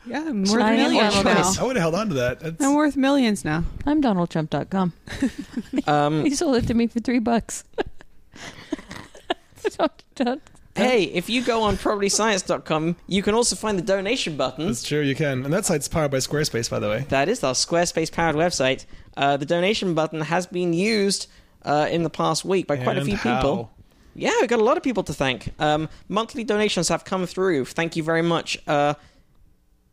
D: Yeah, I'm worth
C: I am
D: millions
E: Oh,
C: Donald
D: now.
C: Trump.
A: I would have held on to that. That's,
D: I'm worth millions now.
C: I'm DonaldTrump.com.
E: Um,
C: He sold it to me for three bucks. Don't- don't-
E: hey, if you go on probablyscience.com, you can also find the donation button.
A: that's true. You can, and that site's powered by Squarespace, by the way.
E: That is our Squarespace powered website. Uh, the donation button has been used uh, in the past week by quite a
A: And
E: few
A: how.
E: people. Yeah, we've got a lot of people to thank. Um, monthly donations have come through. Thank you very much. Uh,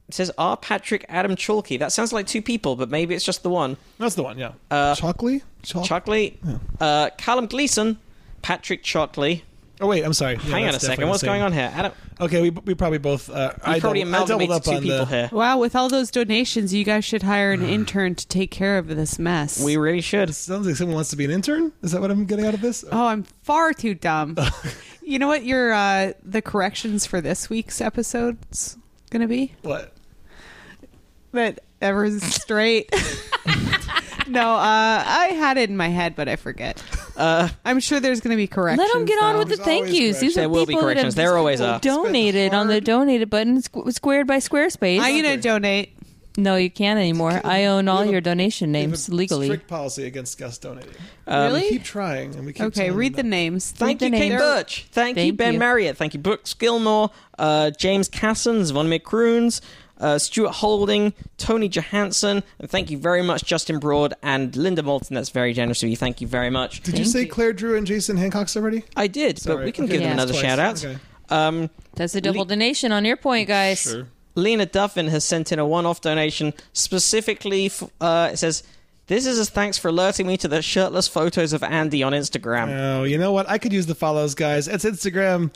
E: it says R. Patrick Adam Chalky. That sounds like two people, but maybe it's just the one.
A: That's the one. Yeah. Uh, Chalkley. Chalk-
E: Chocolate. Uh, Callum Gleason. Patrick Chocolate.
A: oh wait, I'm sorry. Yeah,
E: Hang on a
A: that's
E: second.
A: definitely
E: What's
A: the same.
E: going on here? Adam,
A: Okay, we, we probably both. Uh, I,
E: you probably
A: double, I doubled
E: amalgamated
A: up
E: two
A: on
E: people
A: the.
E: here.
D: Wow, with all those donations, you guys should hire an intern to take care of this mess.
E: We really should.
A: Sounds like someone wants to be an intern. Is that what I'm getting out of this?
D: oh, I'm far too dumb. you know what your uh, the corrections for this week's episode's gonna be?
A: What?
D: That ever's straight. no, uh, I had it in my head, but I forget.
E: Uh,
D: I'm sure there's gonna be corrections.
C: Let them get on
D: though.
C: with the
A: There's
C: thank
A: always
C: yous. These
E: There
C: are
E: will be
C: people
E: corrections.
C: that
E: There
C: have
E: always are.
C: donated on the
A: Hard.
C: donated button squ- squared by Squarespace.
D: I'm gonna donate.
C: no, you can't anymore. I own all your donation
A: We have
C: names
A: a
C: legally.
A: Strict policy against guest donating.
E: Um,
D: really?
A: We keep trying, and we keep.
D: okay,
A: telling
D: read the
A: them
D: names.
E: Thank you,
C: the
E: Kate
C: names.
E: Birch. Thank, you,
C: Thank
E: Ben
C: you.
E: Marriott. Thank you, Brooks Gilmore, uh, James Casson, Zvonimir Kroons, uh, Stuart Holding, Tony Johansson, and thank you very much, Justin Broad and Linda Moulton. That's very generous of you. Thank you very much.
A: that. Did you
C: Thank
A: say
C: you.
A: Claire Drew and Jason Hancock's already?
E: I did, but
A: Sorry.
E: we can
A: Okay,
E: give them
C: yeah.
E: another
A: twice.
E: shout out.
A: Okay.
E: Um,
C: That's a double donation on your point, guys.
E: Lena Duffin has sent in a one-off donation specifically. F- uh, it says, "This is as thanks for alerting me to the shirtless photos of Andy on Instagram."
A: Oh, you know what? I could use the follows, guys. It's Instagram.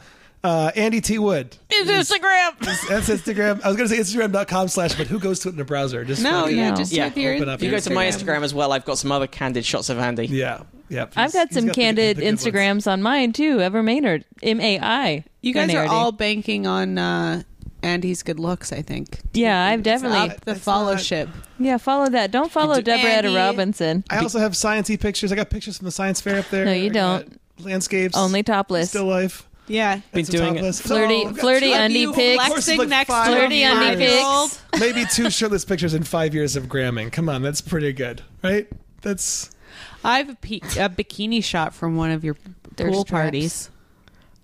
A: Uh, Andy T. Wood.
C: It's Instagram.
A: That's Instagram. I was going to say Instagram.com slash, but who goes to it in a browser? Just
D: No,
A: fucking-
D: yeah,
C: No.
D: just
E: Yeah,
D: type your
A: open up
E: If you go to my
A: Instagram.
E: Instagram as well, I've got some other candid shots of Andy.
A: Yeah. Yeah.
C: I've got
A: He's
C: some
A: the-
C: candid
A: the good ones.
C: Instagrams on mine too. Ever Maynard, M A I.
D: You guys are
C: Maynard.
D: all banking on uh, Andy's good looks, I think.
C: Yeah, I've definitely.
D: Up the followship.
C: Yeah, follow that. Don't follow Deborah Etta
D: Andy.
C: Robinson.
A: I also have sciencey pictures. I got pictures from the science fair up there.
C: No, you
A: I got Landscapes.
C: Only topless.
A: Still life.
D: Yeah.
E: Been
A: Some
E: doing it.
A: topless.
C: Flirty-
A: I've got
C: flirty
A: two-
C: undie
A: Of
C: pics.
A: course,
D: Flexing
A: like
D: next
A: five
D: to a
C: Flirty undie
D: five-year-old.
C: pics.
A: Maybe two shirtless pictures in five years of gramming. Come on, that's pretty good, right? That's
D: I have a, pe- a bikini shot from one of your
C: Thirst
D: pool
C: traps.
D: parties.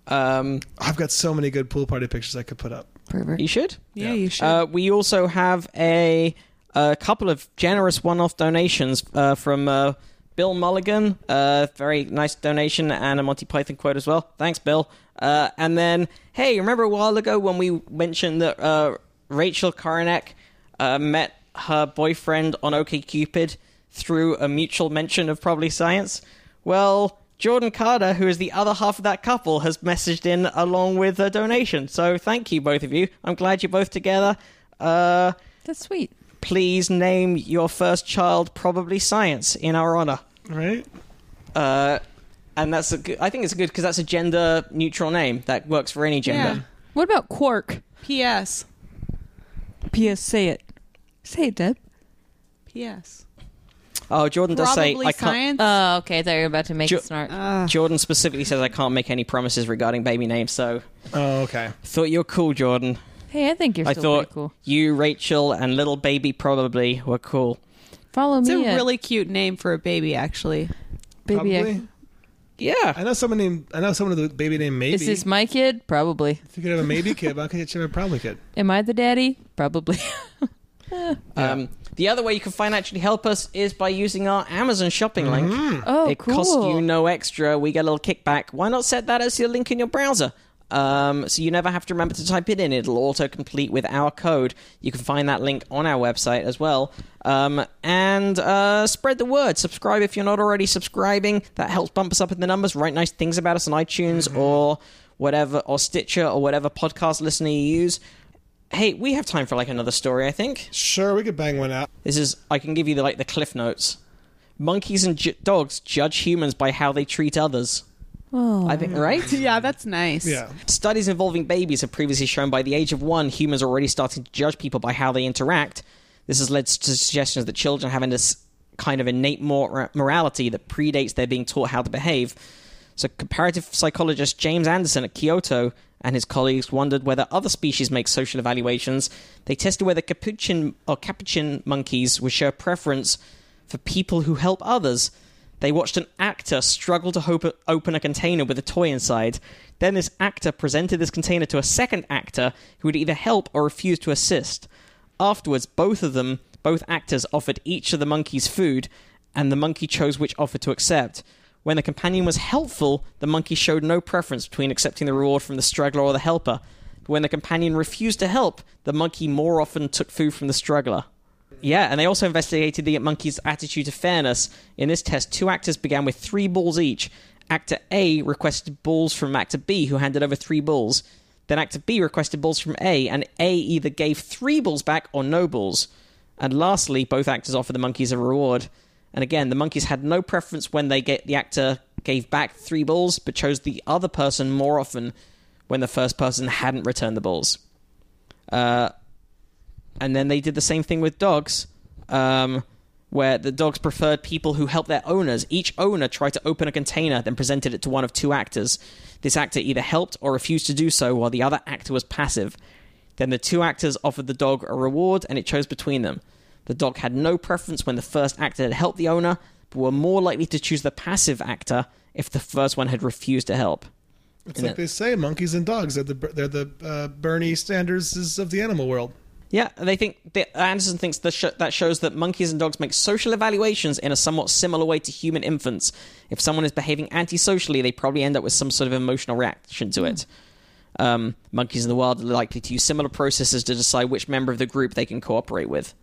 E: Um,
A: I've got so many good pool party pictures I could put up.
C: Pervert. Oh,
E: you should.
D: Yeah,
A: Yeah.
D: you should.
E: Uh, we also have a, a couple of generous one-off donations uh, from uh, Bill Mulligan. Uh, very nice donation and a Monty Python quote as well. Thanks, Bill. Uh, and then, hey, remember a while ago when we mentioned that uh, Rachel Karanek uh, met her boyfriend on OkCupid through a mutual mention of probably science? Well. Jordan Carter, who is the other half of that couple, has messaged in along with a donation. So thank you, both of you. I'm glad you're both together. Uh,
C: That's sweet.
E: please name your first child probably science in our honor.
A: Right?
E: Uh, and that's a good, I think it's good because that's a gender neutral name that works for any
D: yeah.
E: gender.
C: What about Quark?
D: P.S.
C: P.S. Say it. Say it, Deb.
D: P.S.
E: Oh, Jordan does say
D: Probably
E: I
D: science.
E: can't.
C: Oh, okay. I thought you were about to make
E: Ju-
C: a snark.
D: Uh,
E: Jordan specifically says I can't make any promises regarding baby names. So
A: Oh, okay.
E: thought you're cool, Jordan.
C: hey, I think you're
E: I
C: still
E: thought
C: pretty cool.
E: you, Rachel, and little baby probably were cool.
C: Follow
D: it's a
C: me. at
D: really cute name for a baby, actually.
C: baby.
A: Probably.
C: X.
E: Yeah.
A: I know someone named. I know someone with a baby named Maybe.
C: Is this my kid? Probably.
A: if you could have a maybe kid, why can't you have a probably kid?
C: Am I the daddy? Probably.
E: Um, the other way you can financially help us is by using our Amazon shopping link.
C: Oh,
E: it
C: cool.
E: costs you no extra. We get a little kickback. Why not set that as your link in your browser? Um, so you never have to remember to type it in. It'll autocomplete with our code. You can find that link on our website as well. Um, and uh, spread the word. Subscribe if you're not already subscribing. That helps bump us up in the numbers. Write nice things about us on iTunes or whatever, or Stitcher or whatever podcast listener you use. Hey, we have time for like another story, I think.
A: Sure, we could bang one out.
E: This is I can give you the like the cliff notes. Monkeys and ju- dogs judge humans by how they treat others.
C: Oh.
E: I think right.
D: Yeah, that's nice.
A: Yeah.
E: Studies involving babies have previously shown by the age of one, humans are already starting to judge people by how they interact. This has led to suggestions that children have this kind of innate mor- morality that predates their being taught how to behave. So, comparative psychologist James Anderson at Kyoto and his colleagues wondered whether other species make social evaluations. They tested whether capuchin or capuchin monkeys would show a preference for people who help others. They watched an actor struggle to hope- open a container with a toy inside. Then this actor presented this container to a second actor who would either help or refuse to assist. Afterwards, both of them, both actors, offered each of the monkeys food, and the monkey chose which offer to accept. When the companion was helpful, the monkey showed no preference between accepting the reward from the struggler or the helper. When the companion refused to help, the monkey more often took food from the struggler. Yeah, and they also investigated the monkey's attitude to fairness. In this test, two actors began with three balls each. Actor A requested balls from actor B, who handed over three balls. Then actor B requested balls from A, and A either gave three balls back or no balls. And lastly, both actors offered the monkeys a reward. And again, the monkeys had no preference when they get the actor gave back three balls, but chose the other person more often when the first person hadn't returned the balls and then they did the same thing with dogs, um, where the dogs preferred people who helped their owners. Each owner tried to open a container, then presented it to one of two actors. This actor either helped or refused to do so, while the other actor was passive. Then the two actors offered the dog a reward, and it chose between them. The dog had no preference when the first actor had helped the owner, but were more likely to choose the passive actor if the first one had refused to help.
A: It's
E: And
A: like
E: that-
A: they say, monkeys and dogs. They're the they're the uh, Bernie Sanderses of the animal world.
E: Yeah, they think that Anderson thinks the sh- that shows that monkeys and dogs make social evaluations in a somewhat similar way to human infants. If someone is behaving antisocially, they probably end up with some sort of emotional reaction to it. Um, monkeys in the wild are likely to use similar processes to decide which member of the group they can cooperate with.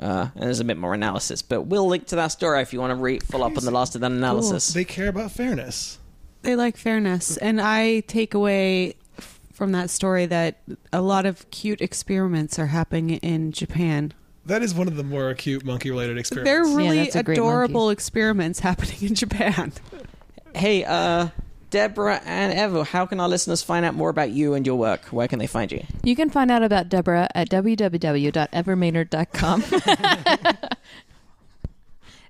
E: Uh, and there's a bit more analysis, but we'll link to that story if you want to re- full up on the last of that analysis.
A: They care about fairness.
D: They like fairness. And I take away f- from that story that a lot of cute experiments are happening in Japan.
A: That is one of the more acute monkey related experiments.
D: There are
C: Yeah,
D: really
C: that's a great
D: adorable experiments happening in Japan.
E: Hey, uh, Deborah and Evo, how can our listeners find out more about you and your work? Where can they find you?
C: You can find out about Deborah at www.evermaynard.com.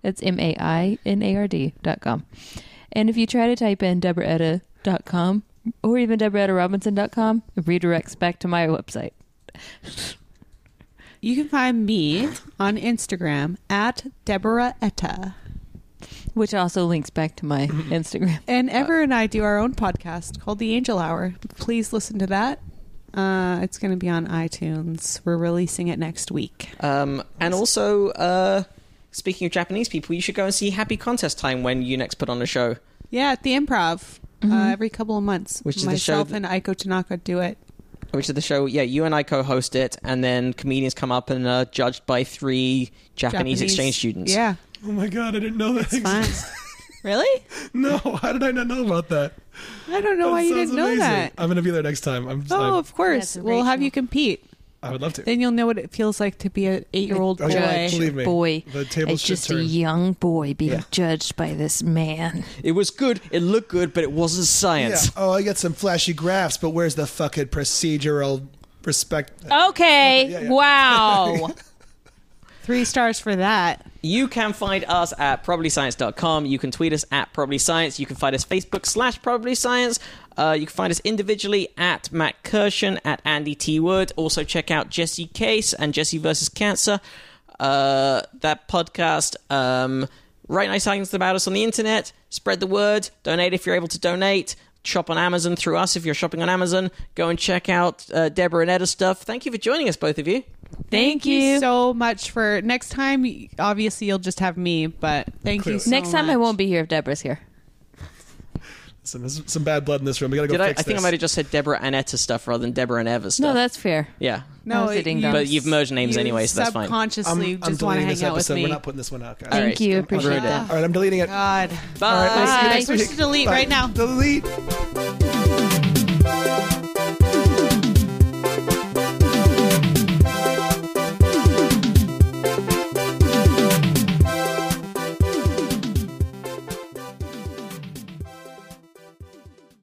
C: It's M A I N A R D.com. And if you try to type in DeborahEtta.com or even DeborahEttaRobinson.com, it redirects back to my website.
D: You can find me on Instagram at Deborah Etta.
C: which also links back to my
A: Mm-hmm.
C: Instagram.
D: And Ever and I do our own podcast called The Angel Hour. Please listen to that. Uh, it's going to be on iTunes. We're releasing it next week.
E: Um, and also, uh, speaking of Japanese people, you should go and see Happy Contest Time when you next put on a show.
D: Yeah, at the improv uh, every couple of months.
E: Which is the show
D: Myself
E: that-
D: and Aiko Tanaka do it.
E: which is the show. Yeah, you and I co-host it, and then comedians come up and are judged by three Japanese, exchange students.
D: Yeah.
A: oh my god, I didn't know that.
D: Fine. really?
A: No, how did I not know about that?
D: I don't know
A: That
D: why you
A: sounds
D: didn't know
A: amazing.
D: that.
A: I'm gonna be there next time. I'm,
D: Oh,
A: I'm
D: of course.
C: That's
D: We'll have
C: Rachel.
D: you compete.
A: I would love to.
D: Then you'll know what it feels like to be an eight-year-old
A: Oh,
D: boy.
A: yeah,
C: Judge
A: believe me,
C: boy.
A: the tables
C: it's
A: should
C: just a
A: turn.
C: young boy being
E: Yeah.
C: judged by this man.
E: It was good. It looked good, but it wasn't
A: Yeah.
E: science.
A: Oh, I got some flashy graphs, but where's the fucking procedural respect?
C: Okay.
A: yeah, yeah.
C: Wow.
D: Three stars for that.
E: You can find us at probablyscience.com. You can tweet us at probablyscience. You can find us Facebook slash probablyscience. Uh, you can find us individually at Matt Kirshen, at Andy T. Wood. Also check out Jesse Case and Jesse versus Cancer. Uh, that podcast. Um, write nice things about us on the internet. Spread the word. Donate if you're able to donate. Shop on Amazon through us if you're shopping on Amazon. Go and check out uh, Deborah and Edda stuff. Thank you for joining us, both of you.
C: Thank you.
D: so much for next time. Obviously, you'll just have me, but thank you.
A: Clearly.
D: So
C: Next time I
D: much.
C: won't be here if Deborah's here.
A: Some, there's some bad blood in this room. We gotta go
E: Did I, I
A: fix
E: think I
A: this.
E: might have just said Deborah and Etta stuff rather than Deborah and Eva stuff.
C: No, that's fair.
E: Yeah.
C: I
D: No,
C: was a
D: it-
C: ding
D: you-
C: dong.
E: But you've merged names anyway, so that's fine.
D: Subconsciously,
A: I'm, I'm
D: just want to
A: deleting this
D: hang out with
A: episode.
D: me.
A: We're not putting this one out, guys.
E: All
C: Thank
E: right.
C: you.
E: I've
C: Appreciate
E: ruined it.
C: that.
A: All right, I'm deleting it.
D: God.
A: All right, we'll see you
C: Bye.
A: next
D: Push
A: week.
D: delete
A: Bye.
D: right now.
A: Delete.